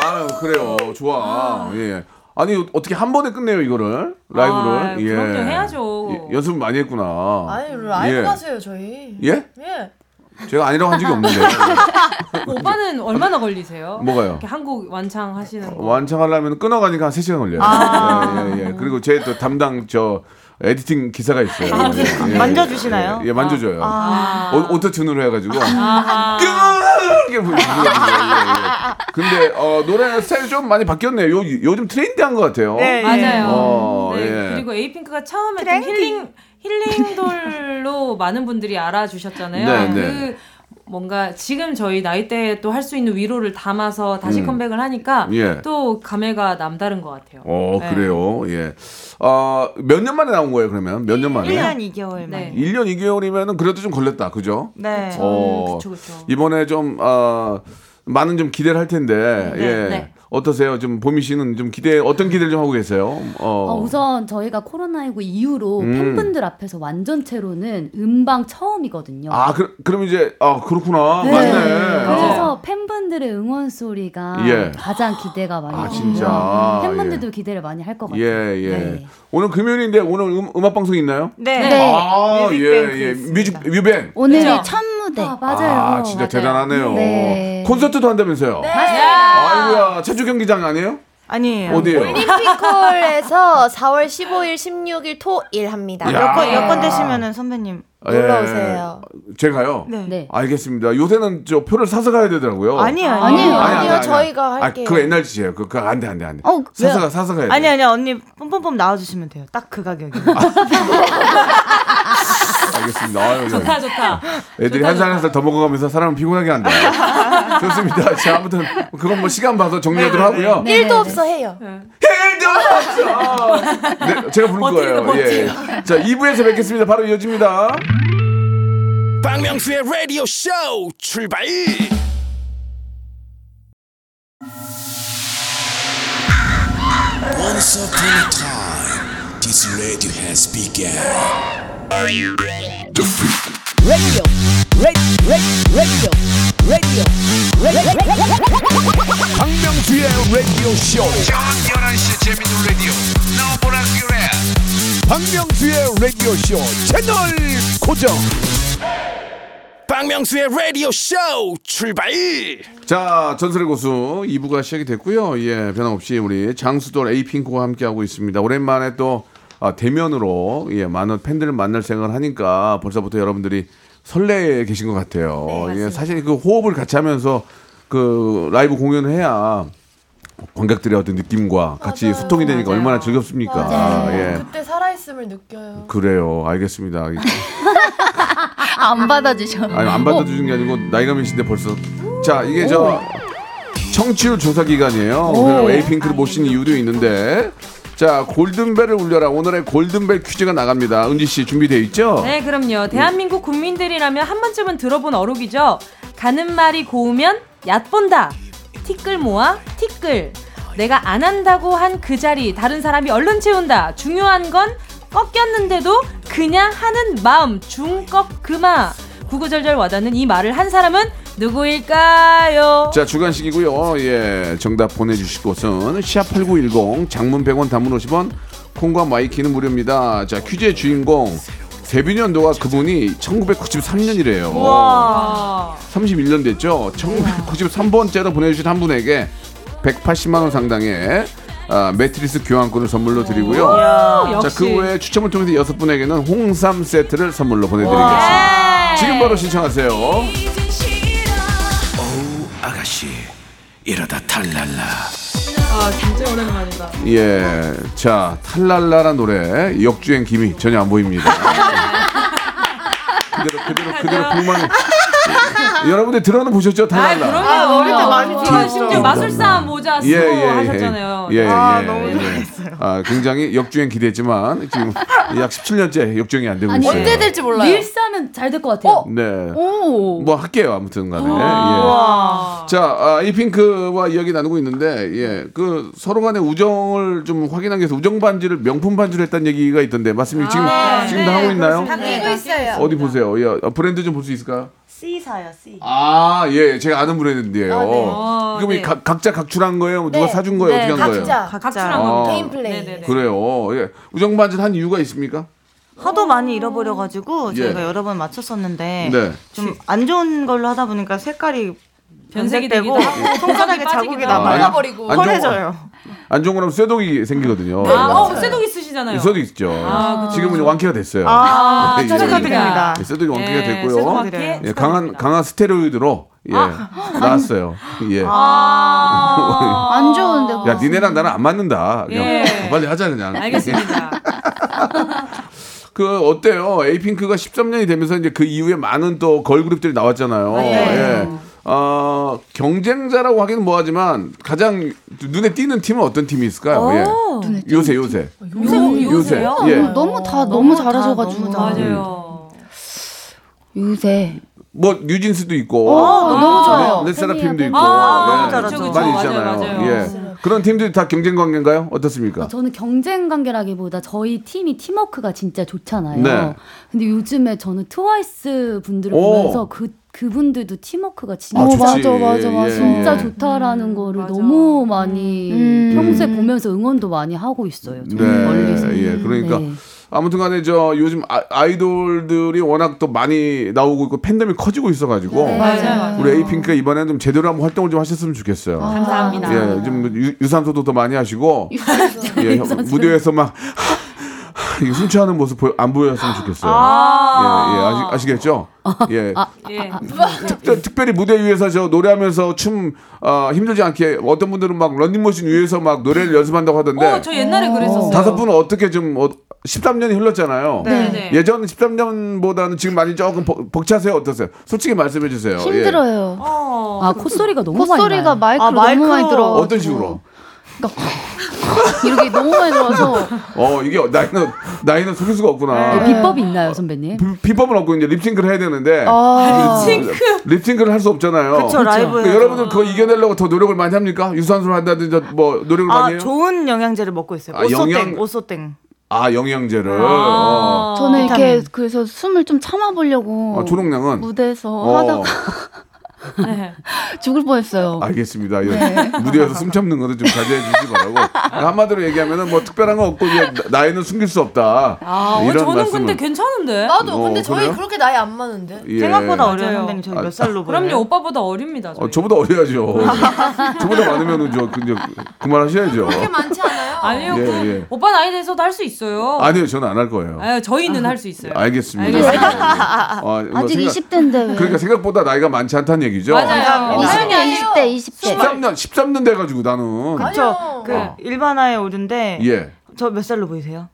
C: 아, 그러니까요. 예. 아니 어떻게 한 번에 끝내요 이거를 라이브를?
G: 아,
C: 예.
G: 그럼요, 해야죠.
C: 예, 연습 많이 했구나.
H: 아니 라이브
C: 예.
H: 가세요 저희.
C: 예?
H: 예.
C: 제가 아니라고 한 적이 없는데
G: 오빠는 얼마나 걸리세요?
C: 뭐가요? 뭐.
G: 이렇게 한국 완창 하시는 거.
C: 어. 완창하려면 끊어가니까 한 3시간 걸려요.
G: 아.
C: 예, 예, 예. 그리고 제 또 담당 저 에디팅 기사가 있어요.
I: 아,
C: 예, 예,
I: 만져주시나요?
C: 예, 예, 만져줘요. 어,
I: 아.
C: 오- 오토튠으로 해가지고.
G: 아하.
C: 그 이렇게 불- 불러요. 예, 예. 근데 어, 노래 스타일이 좀 많이 바뀌었네요. 요, 요즘 트렌디한 것 같아요.
G: 네, 맞아요.
C: 예. 어,
G: 네,
C: 예.
G: 그리고 에이핑크가 처음에 좀 힐링 힐링돌로 많은 분들이 알아주셨잖아요.
C: 네,
G: 그
C: 네.
G: 뭔가 지금 저희 나이대에 또 할 수 있는 위로를 담아서 다시
C: 음.
G: 컴백을 하니까
C: 예.
G: 또 감회가 남다른 것 같아요.
C: 어,
G: 네.
C: 그래요. 예. 어, 몇 년 만에 나온 거예요, 그러면? 몇 년 만에?
I: 1년 2개월 만에.
C: 1년 2개월이면은 그래도 좀 걸렸다. 그죠?
I: 네.
C: 어,
I: 그쵸, 그쵸.
C: 이번에 좀 어, 많은 좀 기대를 할 텐데. 예.
J: 네.
C: 어떠세요? 좀 보미 씨는 좀 기대 어떤 기대를 좀 하고 계세요? 어.
J: 어, 우선 저희가 코로나19 이후로
C: 음.
J: 팬분들 앞에서 완전체로는 음방 처음이거든요.
C: 아, 그, 그럼 이제 아, 그렇구나.
J: 네.
C: 맞네. 어. 아.
J: 그래서 팬분들의 응원 소리가
C: 예.
J: 가장 기대가 많이
C: 아,
J: 되고요.
C: 진짜.
J: 팬분들도 기대를 많이 할 것
C: 예,
J: 같아요.
C: 예. 오늘 금요일인데 오늘 음, 음악 방송 있나요?
J: 네. 네.
C: 아, 예,
J: 뮤직뱅크
C: 예. 뮤직 뮤뱅.
F: 오늘이 첫 무대.
J: 네, 맞아요.
C: 아, 진짜 대단하네요.
F: 네.
C: 콘서트도 한다면서요?
H: 네.
C: 아이고야, 제주 경기장 아니에요?
J: 네.
I: 아니에요.
C: 어디예요?
H: 올림픽홀에서 4월 15일, 16일 토일 합니다.
C: 야. 예. 여권- 여권
I: 되시면은 선배님
H: 놀러 오세요.
C: 예, 제가요?
I: 네.
C: 알겠습니다. 요새는 저 표를 사서 가야 되더라고요.
I: 아니에요, 아니에요. 아니요, 저희가 할게요.
C: 아, 그거 옛날 짓이에요. 그거, 그거 안 돼, 안 돼, 안 돼.
I: 어,
C: 사서 가,
I: 왜요?
C: 사서 가야 돼.
I: 아니 아니 언니 뽐뽐뽐 나와주시면 돼요. 딱 그 가격이.
C: 아, 알겠습니다. 아유,
G: 좋다 좋다.
C: 애들이 한 살 한 살 더 먹어가면서 사람은 피곤하게 한다. 좋습니다. 자, 아무튼 그건 뭐 시간 봐서 정리하도록
I: 네,
C: 하고요.
H: 일도 없어 해요.
C: 네, 제가 부를 거예요. 예. 자, 2부에서 뵙겠습니다. 바로 이어집니다.
E: 박명수의 라디오 쇼 출발. Once upon a time, this radio has begun. Are you ready?
L: Radio, radio, radio, radio, radio.
A: 박명수의 라디오 쇼. 저녁 11시 재밌는 라디오. 너보라 그래. 박명수의 라디오 쇼 채널 고정.
E: 박명수의 라디오 쇼 출발.
C: 자, 전설의 고수 2부가 시작이 됐고요. 예, 변함없이 우리 장수돌 에이핑크와 함께하고 있습니다. 오랜만에 또 아, 대면으로 예, 많은 팬들을 만날 생각을 하니까 벌써부터 여러분들이 설레 계신 것 같아요. 예, 사실 그 호흡을 같이 하면서 그 라이브 공연을 해야 관객들의 어떤 느낌과 같이 소통이 되니까 얼마나 즐겁습니까? 아, 예.
H: 네. 그때 살아있음을 느껴요.
C: 그래요. 알겠습니다.
F: 안 받아주셔.
C: 아니 안 받아주는 게 아니고 나이가 몇인데 벌써 자 이게 저 청취율 조사 기간이에요
A: 오.
C: 그래서 에이핑크를 모신 이유도 있는데 자 골든벨을 울려라 오늘의 골든벨 퀴즈가 나갑니다 은지씨 준비되어 있죠?
G: 네, 그럼요. 대한민국 국민들이라면 한 번쯤은 들어본 어록이죠. 가는 말이 고우면 얕본다. 티끌 모아 티끌. 내가 안 한다고 한 그 자리 다른 사람이 얼른 채운다. 중요한 건 꺾였는데도 그냥 하는 마음 중꺾그마. 구구절절 와닿는 이 말을 한 사람은 누구일까요?
C: 자 주간식이고요 예 정답 보내주실 곳은 샵8910 장문 100원 단문 50원 콩과 마이키는 무료입니다 자 퀴즈의 주인공 데뷔 년도가 그분이 1993년이래요
G: 와.
C: 31년 됐죠.
A: 네.
C: 1993번째로 보내주신 한 분에게 180만 원 상당의 아, 매트리스 교환권을 선물로 드리고요.
G: 아,
A: 이야.
C: 자, 그
A: 역시.
C: 외에 추첨을 통해서 여섯 분에게는 홍삼 세트를 선물로 보내드리겠습니다. 지금 바로 신청하세요.
E: 어우 아가씨 이러다 탈랄라.
G: 아, 진짜 오랜만이다.
C: 예, 자 탈랄라란 노래 역주행 김이 전혀 안 보입니다. 그대로 그대로 그대로 불만. 여러분들 드러는 보셨죠 탈랄라?
G: 아,
I: 머리 때 많이
G: 제가
I: 좋아했어요.
G: 심지어 마술사 모자 쓰고 하셨잖아요.
C: 예, 예,
G: 아,
C: 예,
G: 너무
C: 예. 아, 굉장히 역주행 기대했지만 지금 약 17년째 역주행이 안 되고
G: 아니,
C: 있어요.
G: 언제 될지 몰라요.
J: 릴삼 하면 잘 될 것 같아요.
C: 네.
J: 오.
C: 뭐 할게요 아무튼 간에
J: 와.
C: 예. 자, 아, 이핑크와 이야기 나누고 있는데 예. 그 서로 간의 우정을 좀 확인하기 위해서 우정 반지를 명품 반지로 했다는 얘기가 있던데 맞습니까? 지금
G: 아, 네.
C: 지금 다 하고 있나요?
I: 다 끼고 있어요.
C: 어디 보세요. 예. 어, 브랜드 좀 볼 수 있을까요?
I: C사요, C.
C: 아, 예. 제가 아는 브랜드인데요.
I: 아, 네. 어,
C: 그럼 이
I: 네.
C: 각, 각자 각출한 거예요? 뭐
G: 네.
C: 누가 사준 거예요? 어떻게 한 거예요?
I: 각자, 각출한
C: 아,
I: 겁니다.
H: 플레이.
C: 그래요. 예. 우정 반지를 한 이유가 있습니까?
I: 하도 많이 잃어버려가지고
C: 예.
I: 저희가 여러 번 맞췄었는데
C: 네.
I: 좀 안 좋은 걸로 하다 보니까 색깔이
G: 변색이
I: 되고
G: 되기도 하고
I: 손가락에
G: 빠지기도
I: 자국이
G: 하고.
I: 남아요.
G: 말라버리고.
C: 안 좋은 거-
I: 헐해져요.
C: 안 좋은 거라면 쇠독이 생기거든요.
G: 아, 어, 쇠독 있으시잖아요.
C: 있어도 있죠.
G: 아, 그쵸,
C: 지금은
G: 그쵸.
C: 완쾌가 됐어요.
G: 아,
C: 예,
G: 축하드립니다.
C: 예, 쇠독이 완쾌가
G: 예,
C: 됐고요.
G: 쇠독 완쾌
C: 예, 강한 강한 스테로이드로 예,
G: 아.
C: 나왔어요. 예.
I: 아,
F: 안 좋은데. 그거.
C: 야, 니네랑 나랑 안 맞는다. 그냥
F: 예.
C: 빨리 하자 그냥.
F: 알겠습니다.
C: 그 어때요? 에이핑크가 13년이 되면서 이제 그 이후에 많은 또 걸그룹들이 나왔잖아요.
M: 네.
C: 예. 아, 경쟁자라고 하기는 뭐하지만 가장 눈에 띄는 팀은 어떤 팀이 있을까요? 예.
F: 오. 눈에
C: 요새 요새.
F: 요새,
C: 요새요? 예.
F: 어, 너무 다 너무, 잘하셔가지고. 맞아요.
C: 음.
F: 요새.
C: 뭐 뉴진스도 있고
F: 어, 너무 좋아요.
C: 네, 넷세라핌도 있고
J: 아, 너무
C: 예,
J: 잘하죠. 그쵸,
C: 많이
J: 그쵸.
C: 있잖아요.
J: 맞아요, 맞아요.
C: 예. 그런 팀들이 다 경쟁 관계인가요? 어떻습니까?
J: 저는 경쟁 관계라기보다 저희 팀이 팀워크가 진짜 좋잖아요.
C: 네.
J: 근데 요즘에 저는 트와이스 분들을
C: 오.
J: 보면서 그 그분들도 팀워크가 진짜
C: 아, 좋지. 맞아, 맞아, 맞아.
J: 진짜
C: 예. 음.
J: 좋다라는 거를 너무 많이 평소에 보면서 응원도 많이 하고 있어요. 저는 멀리서.
C: 예, 그러니까
J: 네.
C: 아무튼간에 저 요즘 아, 아이돌들이 워낙 또 많이 나오고 있고 팬덤이 커지고 있어가지고
J: 네, 맞아요.
C: 우리 에이핑크가 이번에는 좀 제대로 한번 활동을 좀 하셨으면 좋겠어요.
F: 아,
G: 감사합니다.
C: 예, 좀 유, 유산소도 더 많이 하시고 예, 형,
G: 유산소.
C: 무대에서 막 이거 숨취하는 모습 보여, 안 보였으면 좋겠어요.
G: 아.
C: 예, 예, 아시, 아시겠죠? 예.
G: 예.
C: 특별, 특별히 무대 위에서 저 노래하면서 춤 어, 힘들지 않게 어떤 분들은 막 런닝머신 위에서 막 노래를 연습한다고 하던데.
G: 어, 저 옛날에 그랬었어요.
C: 다섯 분은 어떻게 좀 어, 13년이 흘렀잖아요.
G: 네, 네.
C: 예전 13년보다는 지금 많이 조금 벅, 벅차세요 어떠세요? 솔직히 말씀해 주세요. 예.
F: 힘들어요.
J: 아 콧소리가 너무
F: 뭐 콧소리가
J: 많이
F: 마이크로
J: 나요.
F: 너무 많이 들어.
C: 어떤 식으로?
F: 이렇게 너무 많이 들어서
C: 어 이게 나이는 나이는 속일 수가 없구나.
J: 네, 비법이 있나요, 선배님?
C: 비법은 없고 이제 립싱크를 해야 되는데
J: 아.
C: 립싱크. 를 할 수 없잖아요.
I: 그쵸, 라이브에서.
C: 그러니까 여러분들 그거 이겨내려고 더 노력을 많이 합니까? 유산소를 한다든지 뭐 노력을
I: 아,
C: 많이 해요?
I: 좋은 영양제를 먹고 있어요.
C: 아,
I: 오소땡,
C: 영양-
I: 오소땡.
C: 아 영양제를. 어.
F: 저는 이렇게
I: 비타민.
F: 그래서 숨을 좀 참아보려고
C: 아, 초록량은?
F: 무대에서
C: 어.
F: 하다가 죽을 뻔했어요.
C: 알겠습니다. 예.
F: 네.
C: 무대에서 숨 참는 것도 좀 자제해 주시 바라고. 그러니까 한마디로 얘기하면은 뭐 특별한 건 없고 이제 나- 나이는 숨길 수 없다.
H: 아,
C: 이런
G: 어, 저는
C: 말씀을.
G: 근데 괜찮은데.
H: 나도
C: 어,
H: 근데 저희
C: 그래요?
H: 그렇게 나이 안 많은데.
C: 예. 생각보다 어려요, 선배님. 저희
G: 저희
C: 아, 몇 살로 아, 보여요?
G: 그럼요, 오빠보다 어립니다.
C: 어, 저보다 어려야죠. 저보다 많으면은 저 근데 그만하셔야죠.
G: 많지 않아요?
H: 네,
G: 아니요,
C: 예,
G: 그
C: 예.
G: 오빠 나이 돼서도 할 수 있어요.
C: 아니요, 저는 안 할 거예요.
G: 아유, 저희는 할 수 있어요.
C: 네. 알겠습니다.
G: 알겠습니다.
C: 아, 뭐
F: 아직
C: 생각-
F: 20대인데 왜?
C: 그러니까 생각보다 나이가 많지 않다는 얘기죠.
I: 맞아요.
C: 어,
F: 20대, 20대, 20대.
C: 13년, 13년 돼가지고 나는.
I: 그쵸. 그
C: 어.
I: 일반화의 오류인데
C: 예.
I: 저 몇 살로 보이세요?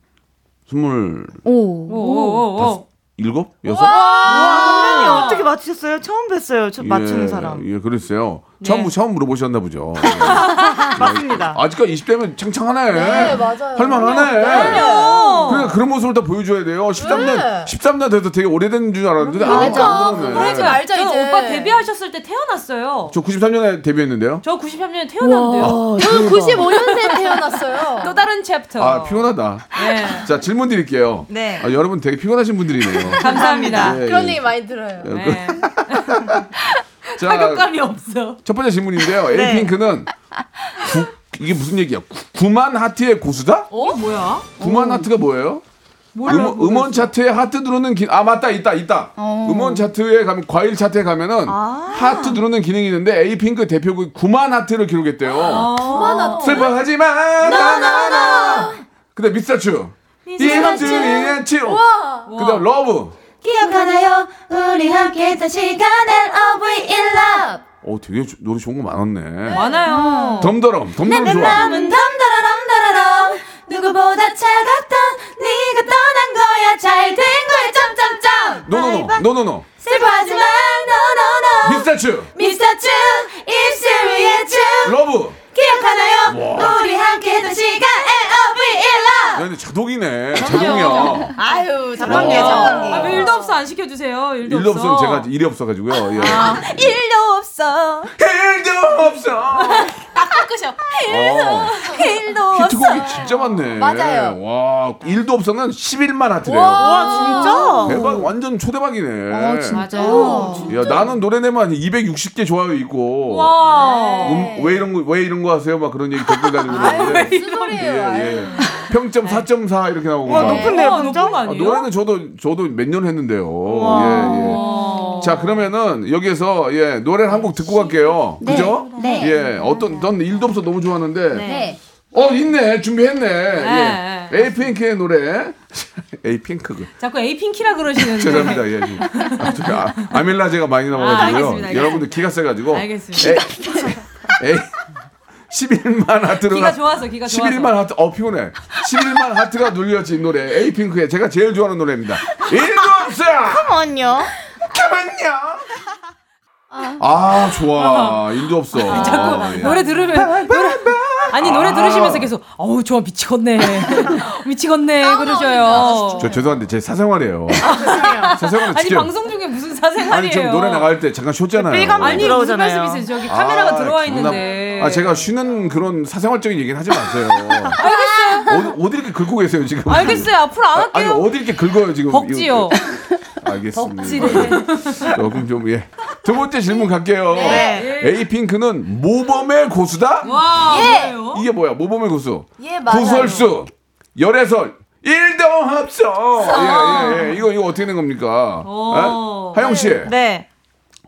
C: 스물
I: 오.
C: 일곱, 여섯. 아,
I: 와, 선배님 어떻게 맞추셨어요? 처음 뵀어요. 저 맞추는
C: 예,
I: 사람.
C: 예, 그랬어요. 처음 처음 물어보셨나 보죠. 예. 맞습니다. 아직까지 20대면 창창하네.
I: 네, 맞아요.
C: 할만하네.
I: 그럼요.
C: 그러니까 그런 모습을 다 보여줘야 돼요. 13년,
G: 네.
C: 13년 돼서 되게 오래된 줄 알았는데 아무도 안
G: 그러니까
C: 물었네.
G: 그러지 말자 이제. 저는 오빠 데뷔하셨을 때 태어났어요.
C: 저 93년에 데뷔했는데요.
G: 저 93년에 태어났는데요.
C: 우와,
H: 그
C: 저는 대박.
G: 95년생에 태어났어요. 또 다른 챕터.
C: 아 피곤하다.
G: 네.
C: 자 질문 드릴게요.
G: 네. 아,
C: 아, 여러분 되게 피곤하신 분들이네요.
G: 감사합니다.
C: 예,
H: 그런
C: 예.
H: 얘기 많이 들어요.
C: 예, 그- 자,
G: 타격감이 없어.
C: 첫 번째 질문인데요.
G: 네.
C: 에이핑크는 구- 이게 무슨 얘기야? 구, 구만 하트의 고수다?
G: 어? 뭐야?
C: 구만 하트가 뭐예요?
G: 몰라요,
C: 음, 음원 차트에 하트 누르는 기... 아 맞다 있다 있다
G: 어.
C: 음원 차트에 가면 과일 차트에 가면은 하트 누르는 기능이 있는데 에이핑크 대표곡이 구만 하트를 기록했대요
H: 그만하다.
C: 슬퍼하지 마 아. 나나나 근데 미스터츄 이맘중에 츄
N: 우와.
C: 그다음 러브
N: 기억하나요? 우리 함께 했던 시간을 Oh we in love 음.
C: 어 되게 조- 노래 좋은 거 많았네
G: 많아요.
C: 덤더럼 덤더럼
N: 내
C: 좋아
N: 마음은 덤더러럼더러럼 누구보다 차갑던 네가 떠난 거야 잘 된 거야 점점점
C: 노노노 노노노
N: 슬퍼하지만 노노노
C: 미스터츄
N: 미스터츄 입술 위에 춤
C: 러브
N: 기억하나요?
C: 와.
N: 우리 함께 했던 시간 and Oh we in
C: 야,
N: love
C: 근데 자동이네 자동이야
H: 아유,
G: 잠깐만요.
C: 어.
G: 아, 왜 일도 없어 안 시켜주세요. 일도,
C: 일도 없으면 제가 일이 없어가지고요. 예.
G: 아, 일도 없어.
C: 일도 없어.
G: 딱 꺾으셔.
C: 어.
G: 일도 일도 없어.
C: 히트곡이 진짜 많네.
G: 맞아요.
C: 와, 일도 없어는 11만 하트래요. 어.
G: 와, 진짜?
C: 대박, 완전 초대박이네.
G: 아, 진짜?
C: 야, 나는 노래 내면 260개 좋아요 있고.
G: 와.
C: 음, 왜 이런 거, 왜 이런 거 하세요? 막 그런 얘기 댓글 달리고 그러는데.
G: 무슨 소리예요?
C: 아, 네.
G: 네.
C: 예, 예. 평점 4.4 이렇게 나오고.
G: 와,
C: 막.
G: 높은데요, 와, 높은 거
C: 아,
G: 아니에요?
C: 노래는 저도, 저도 몇 년 했는데요. 예, 예. 자, 그러면은 여기에서 예, 노래를 한 곡 듣고 갈게요.
F: 네.
C: 그죠?
F: 네.
C: 예, 어떤, 넌 일도 없어 너무 좋아하는데.
J: 예,
F: 네.
C: 어 있네 준비했네
G: 네.
C: 예. 에이핑크의 노래 에이핑크 그
G: 자꾸 에이핑키라 그러시는데.
C: 죄송합니다 예 지금 아, 저기 아, 아밀라제가 많이
G: 아,
C: 나와가지고요
G: 알겠습니다, 알겠습니다.
C: 여러분들 기가 세가지고
G: 알겠습니다.
C: 에이 11만 하트로
G: 기가 좋아서, 기가 좋아서.
C: 어, 11만 하트 어 피곤해 11만 하트가 눌려진 노래 에이핑크의 제가 제일 좋아하는 노래입니다 일도 없어
I: 컴온요.
C: 컴온요. 아 좋아 일도 없어
G: 자꾸
C: 예.
G: 노래 들으면 노래, 아니 노래 들으시면서 계속 어우 좋아 미치겠네 미치겠네 그러셔요.
C: 저 죄송한데 제 사생활이에요 사생활을
G: 아, 아니
C: 지켜요.
G: 방송 중에 무슨 사생활이에요? 네,
C: 아니 저 노래 나갈 때 잠깐 쉬었잖아요.
G: 아니 무슨 말씀이세요? 저기 카메라가
C: 아,
G: 들어와
C: 장난-
G: 있는데.
C: 아 제가 쉬는 그런 사생활적인 얘기는 하지 마세요.
G: 알겠어요.
C: 어디, 어디 이렇게 긁고 계세요 지금?
G: 알겠어요. 앞으로 안
C: 아니
G: 할게요.
C: 어디 이렇게 긁어요 지금?
G: 벅지요.
C: 이거- 그, 알겠습니다.
G: 벅지래.
C: 조금 좀 예. 두 번째 질문 갈게요.
G: 네. 뭐?
C: 에이핑크는 모범의 고수다?
G: 와
H: 예.
G: 뭐예요?
C: 이게 뭐야? 모범의 고수.
H: 예, 맞아요.
C: 구설수, 열애설, 일도 없어.
G: 아.
C: 예, 예, 예. 이거 이거 어떻게 된 겁니까?
I: 오.
C: 예? 하영 씨.
I: 네.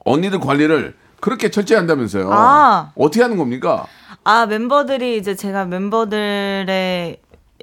C: 언니들 관리를 그렇게 철저히 한다면서요.
I: 아.
C: 어떻게 하는 겁니까?
I: 아 멤버들이 이제 제가 멤버들의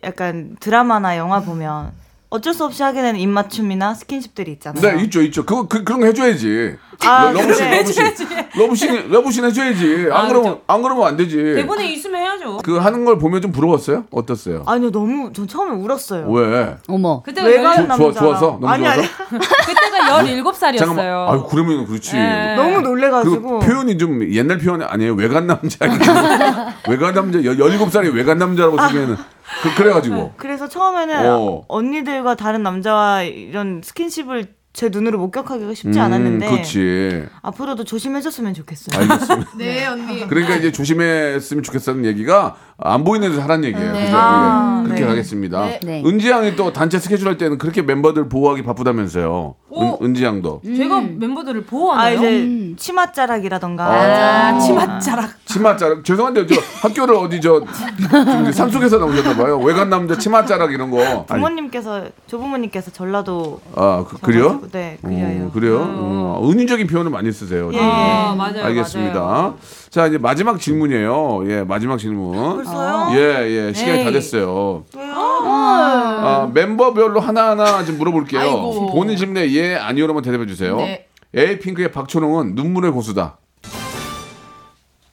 I: 약간 드라마나 영화 보면 어쩔 수 없이 하게 되는 입맞춤이나 스킨십들이 있잖아요.
C: 네, 있죠, 있죠. 그거 그, 그런 거 해줘야지.
I: 아,
C: 러- 러브신,
I: 그래.
C: 러브신, 러브신, 러브신 해줘야지. 안
G: 아,
C: 그러면
I: 그렇죠.
C: 안 그러면 안 되지.
G: 대본에 있으면 해야죠.
C: 그 하는 걸 보면 좀 부러웠어요? 어땠어요?
I: 아니요 너무 전 처음에 울었어요.
C: 왜?
J: 어머.
G: 그때
I: 외간
C: 조- 좋아,
I: 남자랑.
C: 좋아서 너무
I: 아니,
C: 좋아서.
I: 아니.
G: 그때가 1 7
C: 잠깐만.
G: 살이었어요.
C: 아유, 그러면 그렇지.
G: 예.
I: 너무 놀래가지고.
C: 그 표현이 좀 옛날 표현 아니에요? 외간 남자. 외간 남자 열- 17살이 외간 남자라고 쓰기에는 그, 그래가지고.
I: 그래서 처음에는
C: 어.
I: 언니들과 다른 남자와 이런 스킨십을 제 눈으로 목격하기가 쉽지
C: 음,
I: 않았는데
C: 그렇지.
I: 앞으로도 조심해줬으면 좋겠어요.
C: 알겠습니다.
I: 네 언니.
C: 그러니까 이제 조심했으면 좋겠다는 얘기가 안 보이는 데서 하라는 얘기예요.
I: 네.
C: 그죠?
I: 아,
C: 예. 그렇게
I: 네.
C: 가겠습니다.
I: 네. 네.
C: 은지 양이 또 단체 스케줄 할 때는 그렇게 멤버들 보호하기 바쁘다면서요.
G: 오.
C: 은, 지 양도.
G: 음. 제가 멤버들을
I: 아
G: 보호하나요? 음.
I: 이제 치맛자락이라던가.
C: 아,
G: 치맛자락.
C: 치마자락. 죄송한데 저 학교를 어디 저 저기 산속에서 나오셨나 봐요. 외간 남자 치마자락 이런 거. 아니,
I: 부모님께서 조부모님께서 전라도
C: 아, 그, 그래요?
I: 네.
C: 음, 그래요? 음, 은유적인 표현을 많이 쓰세요.
I: 예,
C: 지금.
G: 아, 맞아요,
C: 알겠습니다. 자, 이제 마지막 질문이에요. 예, 마지막 질문.
I: 벌써요?
C: 예, 예. 시간이 다
I: 에이.
C: 됐어요. 아, 멤버별로 하나하나 좀 물어볼게요.
I: 아이고.
C: 본인 질문에 예, 아니요로만 대답해 주세요.
I: 네.
C: 에이핑크의 박초롱은 눈물의 고수다.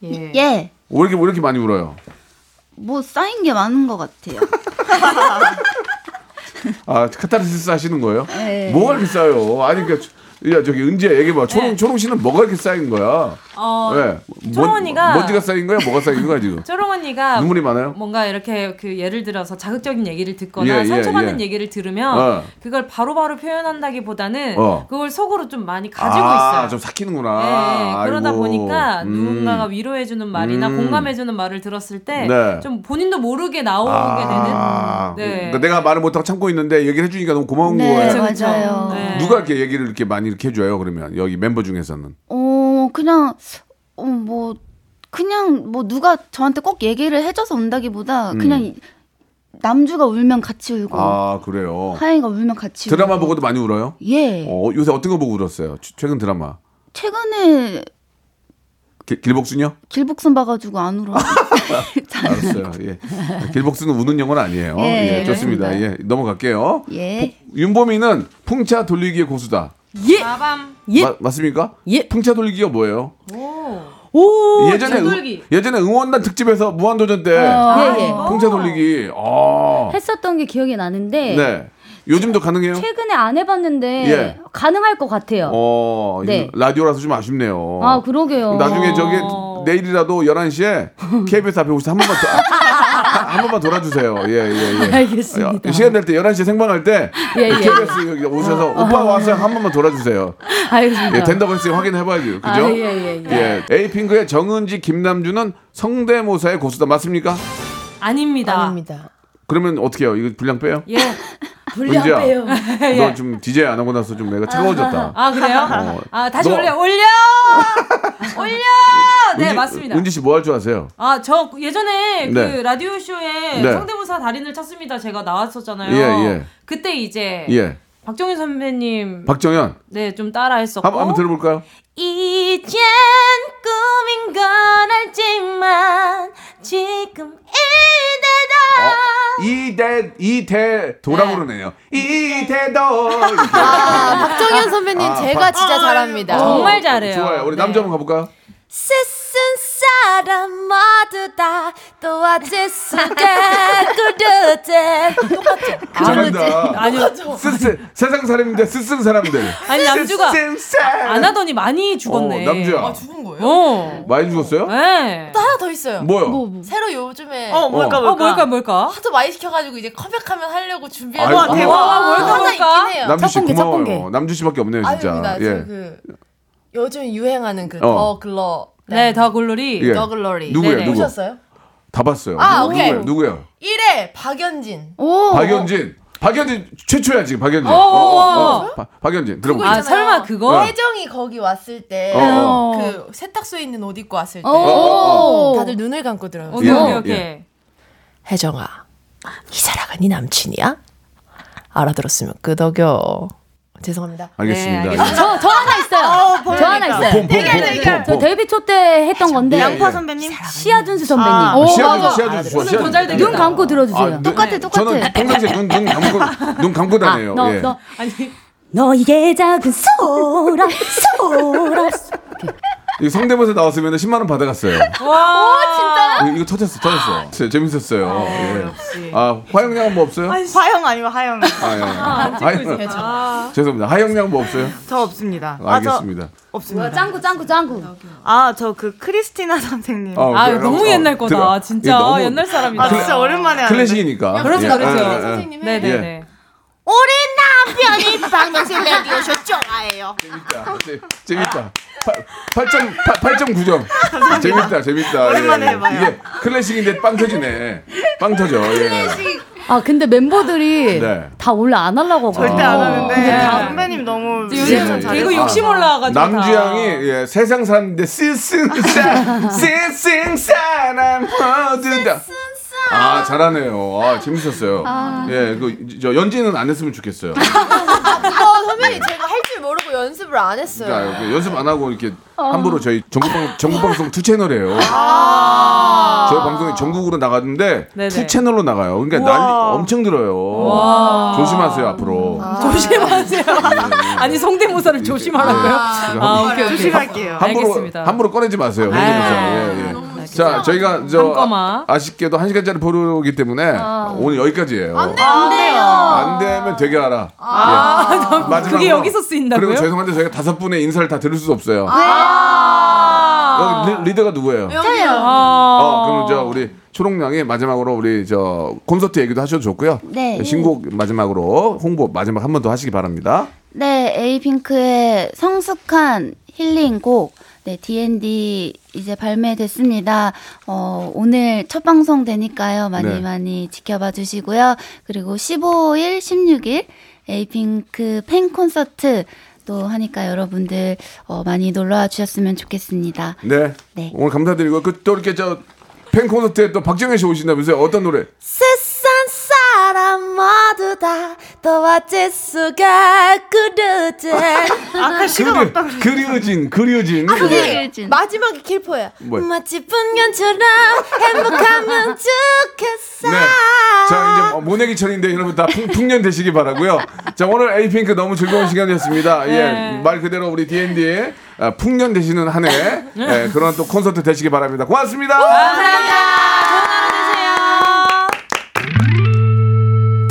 I: 예.
F: 예.
C: 왜 이렇게, 왜 이렇게 많이 울어요?
F: 뭐 쌓인 게 많은 것 같아요.
C: 아, 카타르시스 하시는 거예요?
F: 네.
C: 뭐가 이렇게 싸요? 아니, 그니까, 야, 저기, 은지야, 얘기해봐. 초롱, 초롱 씨는 뭐가 이렇게 쌓인 거야?
G: 네. 어,
C: 예.
G: 초롱
C: 뭔-
G: 언니가-
C: 먼지가 쌓인 거야? 뭐가 쌓인 거야, 지금?
G: 쪼롱 언니가
C: 눈물이 많아요?
G: 뭔가 이렇게 그 예를 들어서 자극적인 얘기를 듣거나
C: 예, 예,
G: 상처받는
C: 예.
G: 얘기를 들으면
C: 어.
G: 그걸 바로바로 표현한다기보다는
C: 어.
G: 그걸 속으로 좀 많이 가지고
C: 아,
G: 있어요.
C: 좀
G: 예,
C: 삭히는구나.
G: 그러다
C: 아이고.
G: 보니까
C: 음.
G: 누군가가 위로해주는 말이나
C: 음.
G: 공감해주는 말을 들었을 때
C: 네.
G: 좀 본인도 모르게 나오게
C: 아,
G: 그 되는. 네.
C: 그러니까 내가 말을 못하고 참고 있는데 얘기를 해주니까 너무 고마운 거예요.
F: 맞아요.
G: 네.
C: 누가 이렇게 얘기를 이렇게 많이 이렇게 해줘요? 그러면 여기 멤버 중에서는
F: 어, 그냥, 어, 뭐, 그냥, 뭐, 누가 저한테 꼭 얘기를 해줘서 운다기보다,
C: 음.
F: 그냥, 이- 남주가 울면 같이 울고,
C: 아 그래요.
F: 어. 하영이가 울면 같이 울고.
C: 드라마 보고도 많이 울어요?
F: 예.
C: 어, 요새 어떤 거 보고 울었어요? 최- 최근 드라마
F: 최근에
C: 길- 길복순이요?
F: 길복선 봐가지고 안 울어.
C: 알았어요. 예. 길복순은 우는 영혼 아니에요.
F: 예,
C: 예, 좋습니다. 예, 넘어갈게요.
F: 예.
C: 윤보미는 풍차 돌리기의 고수다.
G: 예. 예.
C: 마- 맞습니까?
G: 예.
C: 풍차 돌리기가 뭐예요?
G: 오.
C: 예전에
G: 돌기.
C: 응- 예전에 응원단 특집에서 무한도전 때
J: 아, 예, 예.
C: 풍차 돌리기. 아.
J: 했었던 게 기억이 나는데
C: 네. 요즘도 가능해요?
J: 최근에 안 해봤는데
C: 예.
J: 가능할 것 같아요.
C: 어,
J: 네.
C: 이거 라디오라서 좀 아쉽네요.
J: 아 그러게요.
C: 나중에 저기 내일이라도 11시에 KBS 앞에 오셔서 한 번만 더, 아, 한, 한 번만 돌아주세요. 예, 예, 예.
J: 알겠습니다.
C: 야, 시간 될 때 11시에 생방할 때
J: 예, 예.
C: KBS 여기 오셔서 오빠 왔어요. 한 번만 돌아주세요.
J: 알겠습니다.
C: 예, 된다고 했으니 확인해 봐야죠. 그죠?
J: 아, 예, 예, 예.
C: 에이핑크의 정은지 김남준은 성대모사의 고수다 맞습니까?
G: 아닙니다.
H: 아닙니다.
C: 그러면 어떻게 해요? 이거 분량 빼요?
G: 예.
C: 분량 은지야, 빼요.
G: 예.
C: 너좀 DJ 안 하고 나서 좀 내가 차가워졌다.
G: 아 그래요?
C: 어.
G: 아 다시
C: 너-
G: 올려 올려 올려. 네
C: 은지-
G: 맞습니다.
C: 은지 씨 뭐 할 줄 아세요?
G: 아 저 예전에
C: 네.
G: 그 라디오 쇼에
C: 네.
G: 성대모사 달인을 찾습니다 제가 나왔었잖아요.
C: 예, 예.
G: 그때 이제
C: 예.
G: 박정희 선배님
C: 박정현.
G: 네 좀 따라했었고.
C: 한번 한번 들어볼까요?
G: 이젠 꿈인 건 알지만 지금 이대다
C: 이대 이대 도라고 그러네요. 이대도. 이렇게.
H: 박정현 선배님
C: 아,
H: 제가
C: 박-
H: 진짜
C: 아,
H: 잘합니다.
C: 어, 좋아요. 우리 남자 한번 가볼까요?
N: 세슨 사람 모두 다 도와줄 수가 그르대
C: 아, 잘한다.
G: 아니요.
C: 쓰쓰 세상 사람인데 쓰쓴 사람들.
G: 아니 남주가
C: 아,
G: 안 하더니 많이 죽었네.
C: 어, 남주야. 아,
H: 죽은
G: 거예요? 어.
C: 많이 죽었어요?
G: 네.
H: 또 하나 더 있어요.
C: 뭐요?
H: 뭐, 뭐. 새로 요즘에
G: 어, 뭘까, 어. 뭘까? 어, 뭘까, 뭘까?
H: 하도 많이 시켜가지고 이제 컴백하면 하려고 어, 준비해서
C: 아이고, 고마워.
G: 뭘까,
H: 뭐 하나
G: 뭘까?
H: 있긴 해요.
C: 남주 씨 고마워요. 남주 씨밖에 없네요 진짜.
H: 아닙니다.
C: 예.
H: 저그 요즘 유행하는 그
C: 어.
H: 더 글러
G: 네, 더 글로리.
C: 예.
H: 더 글러리.
C: 누구예요,
H: 네네.
C: 누구?
H: 보셨어요?
C: 다 봤어요.
H: 아,
C: 누구,
H: 오케이.
C: 누구예요? 누구예요?
H: 1회 박연진.
C: 박연진. 박연진 최초야 지금 박연진.
H: 오,
C: 어, 어, 어. 바- 박연진
H: 그거
C: 들어보세요.
H: 있잖아요.
C: 네.
H: 혜정이 거기 왔을 때,
C: 어, 어.
H: 그 세탁소에 있는 옷 입고 왔을 때,
C: 어, 어,
H: 다들 눈을 감고 들어요.
G: 네,
C: 오케이, 오케이, 예, 오케이. 예.
H: 혜정아, 이 사라가 네 남친이야? 알아들었으면 끄덕여. 죄송합니다.
C: 알겠습니다. 네,
J: 저, 저 하나 있어요. 저 하나 있어요.
C: 폼, 폼, 폼, 폼, 폼.
J: 네, 저 데뷔 초 때 했던 건데.
C: 예, 예. 양파
J: 선배님? 시아준수 선배님.
C: 아, 시아준수, 시아준수 좋아, 시아준수.
J: 눈 감고 들어주세요.
C: 아, 눈- 저는 평상시에 눈, 눈 감고 눈 감고 다녀요.
J: 너,
C: 예.
J: 너. 너에게 작은 소라, 소라.
C: 이 성대모사 나왔으면 10만 원 받아갔어요.
G: 와, 진짜?
C: 이거, 이거 터졌어, 터졌어. 진짜 재밌었어요. 예.
I: 역시.
C: 아, 화영양 뭐 없어요?
I: 화영 네. 아니면 화영.
C: 아, 예. 하영-
I: 아,
C: 죄송합니다. 하영양 뭐 없어요?
I: 저 없습니다.
C: 아, 알겠습니다.
I: 저 없습니다.
J: 짱구 짱구 짱구.
I: 아 저 그 크리스티나 선생님.
C: 아, 아, 그래요? 너무 어, 옛날 거다. 들어. 진짜 이게 너무 옛날
G: 사람이다.
I: 아 진짜 오랜만에 하는데.
C: 클래식이니까.
I: 그렇죠,
C: 예, 예,
I: 그렇죠.
C: 예, 예.
I: 선생님의-
G: 네네네.
M: 우리 남편이 박명수 라디오쇼 좋아해요.
C: 네. 재- 재밌다. 8점 8.9점. 재밌다, 재밌다.
J: 오랜만에
C: 예.
J: 해봐요.
C: 이게 클래식인데 빵 터지네. 빵 터져. 예.
J: 아 근데 멤버들이
C: 네.
J: 다 원래 안 하려고 하거든요.
C: 절대 안 하는데.
J: 근데
G: 네.
J: 다-
I: 선배님 너무
J: 요즘
I: 리액션
J: 개그
I: 잘해서.
J: 욕심 올라와가지고
C: 남주양이 예, 세상 사람인데 쓰쓴사 쓰쓴사람 모두다. 아 잘하네요. 아 재밌었어요.
H: 아.
C: 예, 그저 연지는 안 했으면 좋겠어요.
H: 어, 선배님 제가 할 줄 모르고 연습을 안 했어요.
G: 네.
C: 자, 이렇게 연습 안 하고 이렇게
H: 어.
C: 함부로 저희 전국방 전국방송 투 채널이에요. 저희 방송이 전국으로 나갔는데
G: 아. 네네.
C: 투 채널로 나가요. 그러니까
G: 우와.
C: 난리 엄청 들어요.
G: 우와. 아.
C: 조심하세요 앞으로.
G: 조심하세요.
C: 음.
G: 아니 성대모사를 조심하라고요?
C: 그래서
G: 아,
C: 함-
G: 오케이 오케이.
C: 함부로
G: 알겠습니다. 아, 네.
C: 함부로 꺼내지 마세요. 성대모사. 예, 예. 자, 저희가 저
G: 한꺼마.
C: 아쉽게도 한 시간짜리 보르기 때문에
G: 아.
C: 오늘 여기까지예요.
G: 안 돼요. 안 돼요.
C: 안 되면 되게 알아. 예.
G: 아, 나-
C: 마지막으로.
G: 그게 여기서 쓰인다고요? 네. 아.
C: 그리고 죄송한데 저희가 다섯 분의 인사를 다 들을 수 없어요. 여기 리, 리더가 누구예요?
G: 저요. 아.
C: 어, 그럼 저 우리 초록양이 마지막으로 우리 저 콘서트 얘기도 하셔도 좋고요.
F: 네.
C: 신곡 마지막으로 홍보 마지막 한 번 더 하시기 바랍니다.
F: 네, 에이핑크의 성숙한 힐링곡 네, D&D 이제 발매됐습니다. 어, 오늘 첫 방송 되니까요. 많이
O: 네.
F: 많이 지켜봐 주시고요. 그리고 15일, 16일 에이핑크 팬 콘서트 또 하니까 여러분들 어, 많이 놀러 와 주셨으면 좋겠습니다.
C: 네. 오늘 감사드리고 그 또 이렇게 저 팬 콘서트에 또 박정현 씨 오신다면서요? 어떤 노래?
N: 세상 사람 모두 다 도와줄 수가 그르대
H: 아까
C: 그리- 그리워진 그리워진.
H: 그게 마지막에 킬포예요.
C: 뭐요?
N: 마치 풍년처럼 행복하면 좋겠어
C: 네. 자 이제 뭐 모내기철인데 여러분 다 풍, 풍년 되시기 바라고요. 자 오늘 에이핑크 너무 즐거운 시간이었습니다.
E: 네.
C: 예, 말 그대로 우리 D&D의 아, 풍년 되시는 한해 예, 그런 또 콘서트 되시기 바랍니다. 고맙습니다.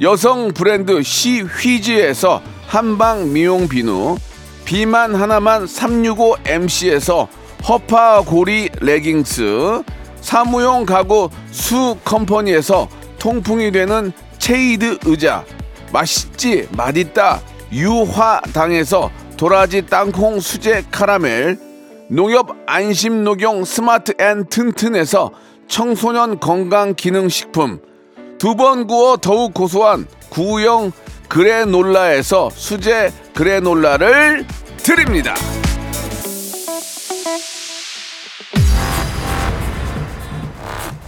C: 여성 브랜드 시휘즈에서 한방 미용 비누 비만 하나만 365MC에서 허파고리 레깅스 사무용 가구 수 컴퍼니에서 통풍이 되는 체이드 의자 맛있지 맛있다 유화당에서 도라지 땅콩 수제 카라멜 농협 안심 녹용 스마트 앤 튼튼에서 청소년 건강 기능 식품 두 번 구워 더욱 고소한 구형 그래놀라에서 수제 그래놀라를 드립니다.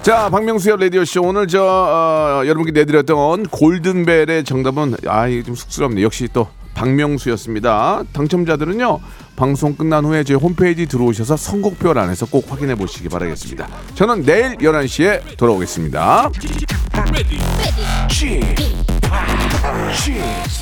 C: 자, 박명수의 라디오쇼. 오늘 저, 어, 여러분께 내드렸던 골든벨의 정답은, 아, 이게 좀 쑥스럽네. 역시 또, 박명수였습니다. 당첨자들은요, 방송 끝난 후에 저희 홈페이지 들어오셔서 선곡표란에서 꼭 확인해 보시기 바라겠습니다. 저는 내일 11시에 돌아오겠습니다.
E: Ready. Cheese. Cheese.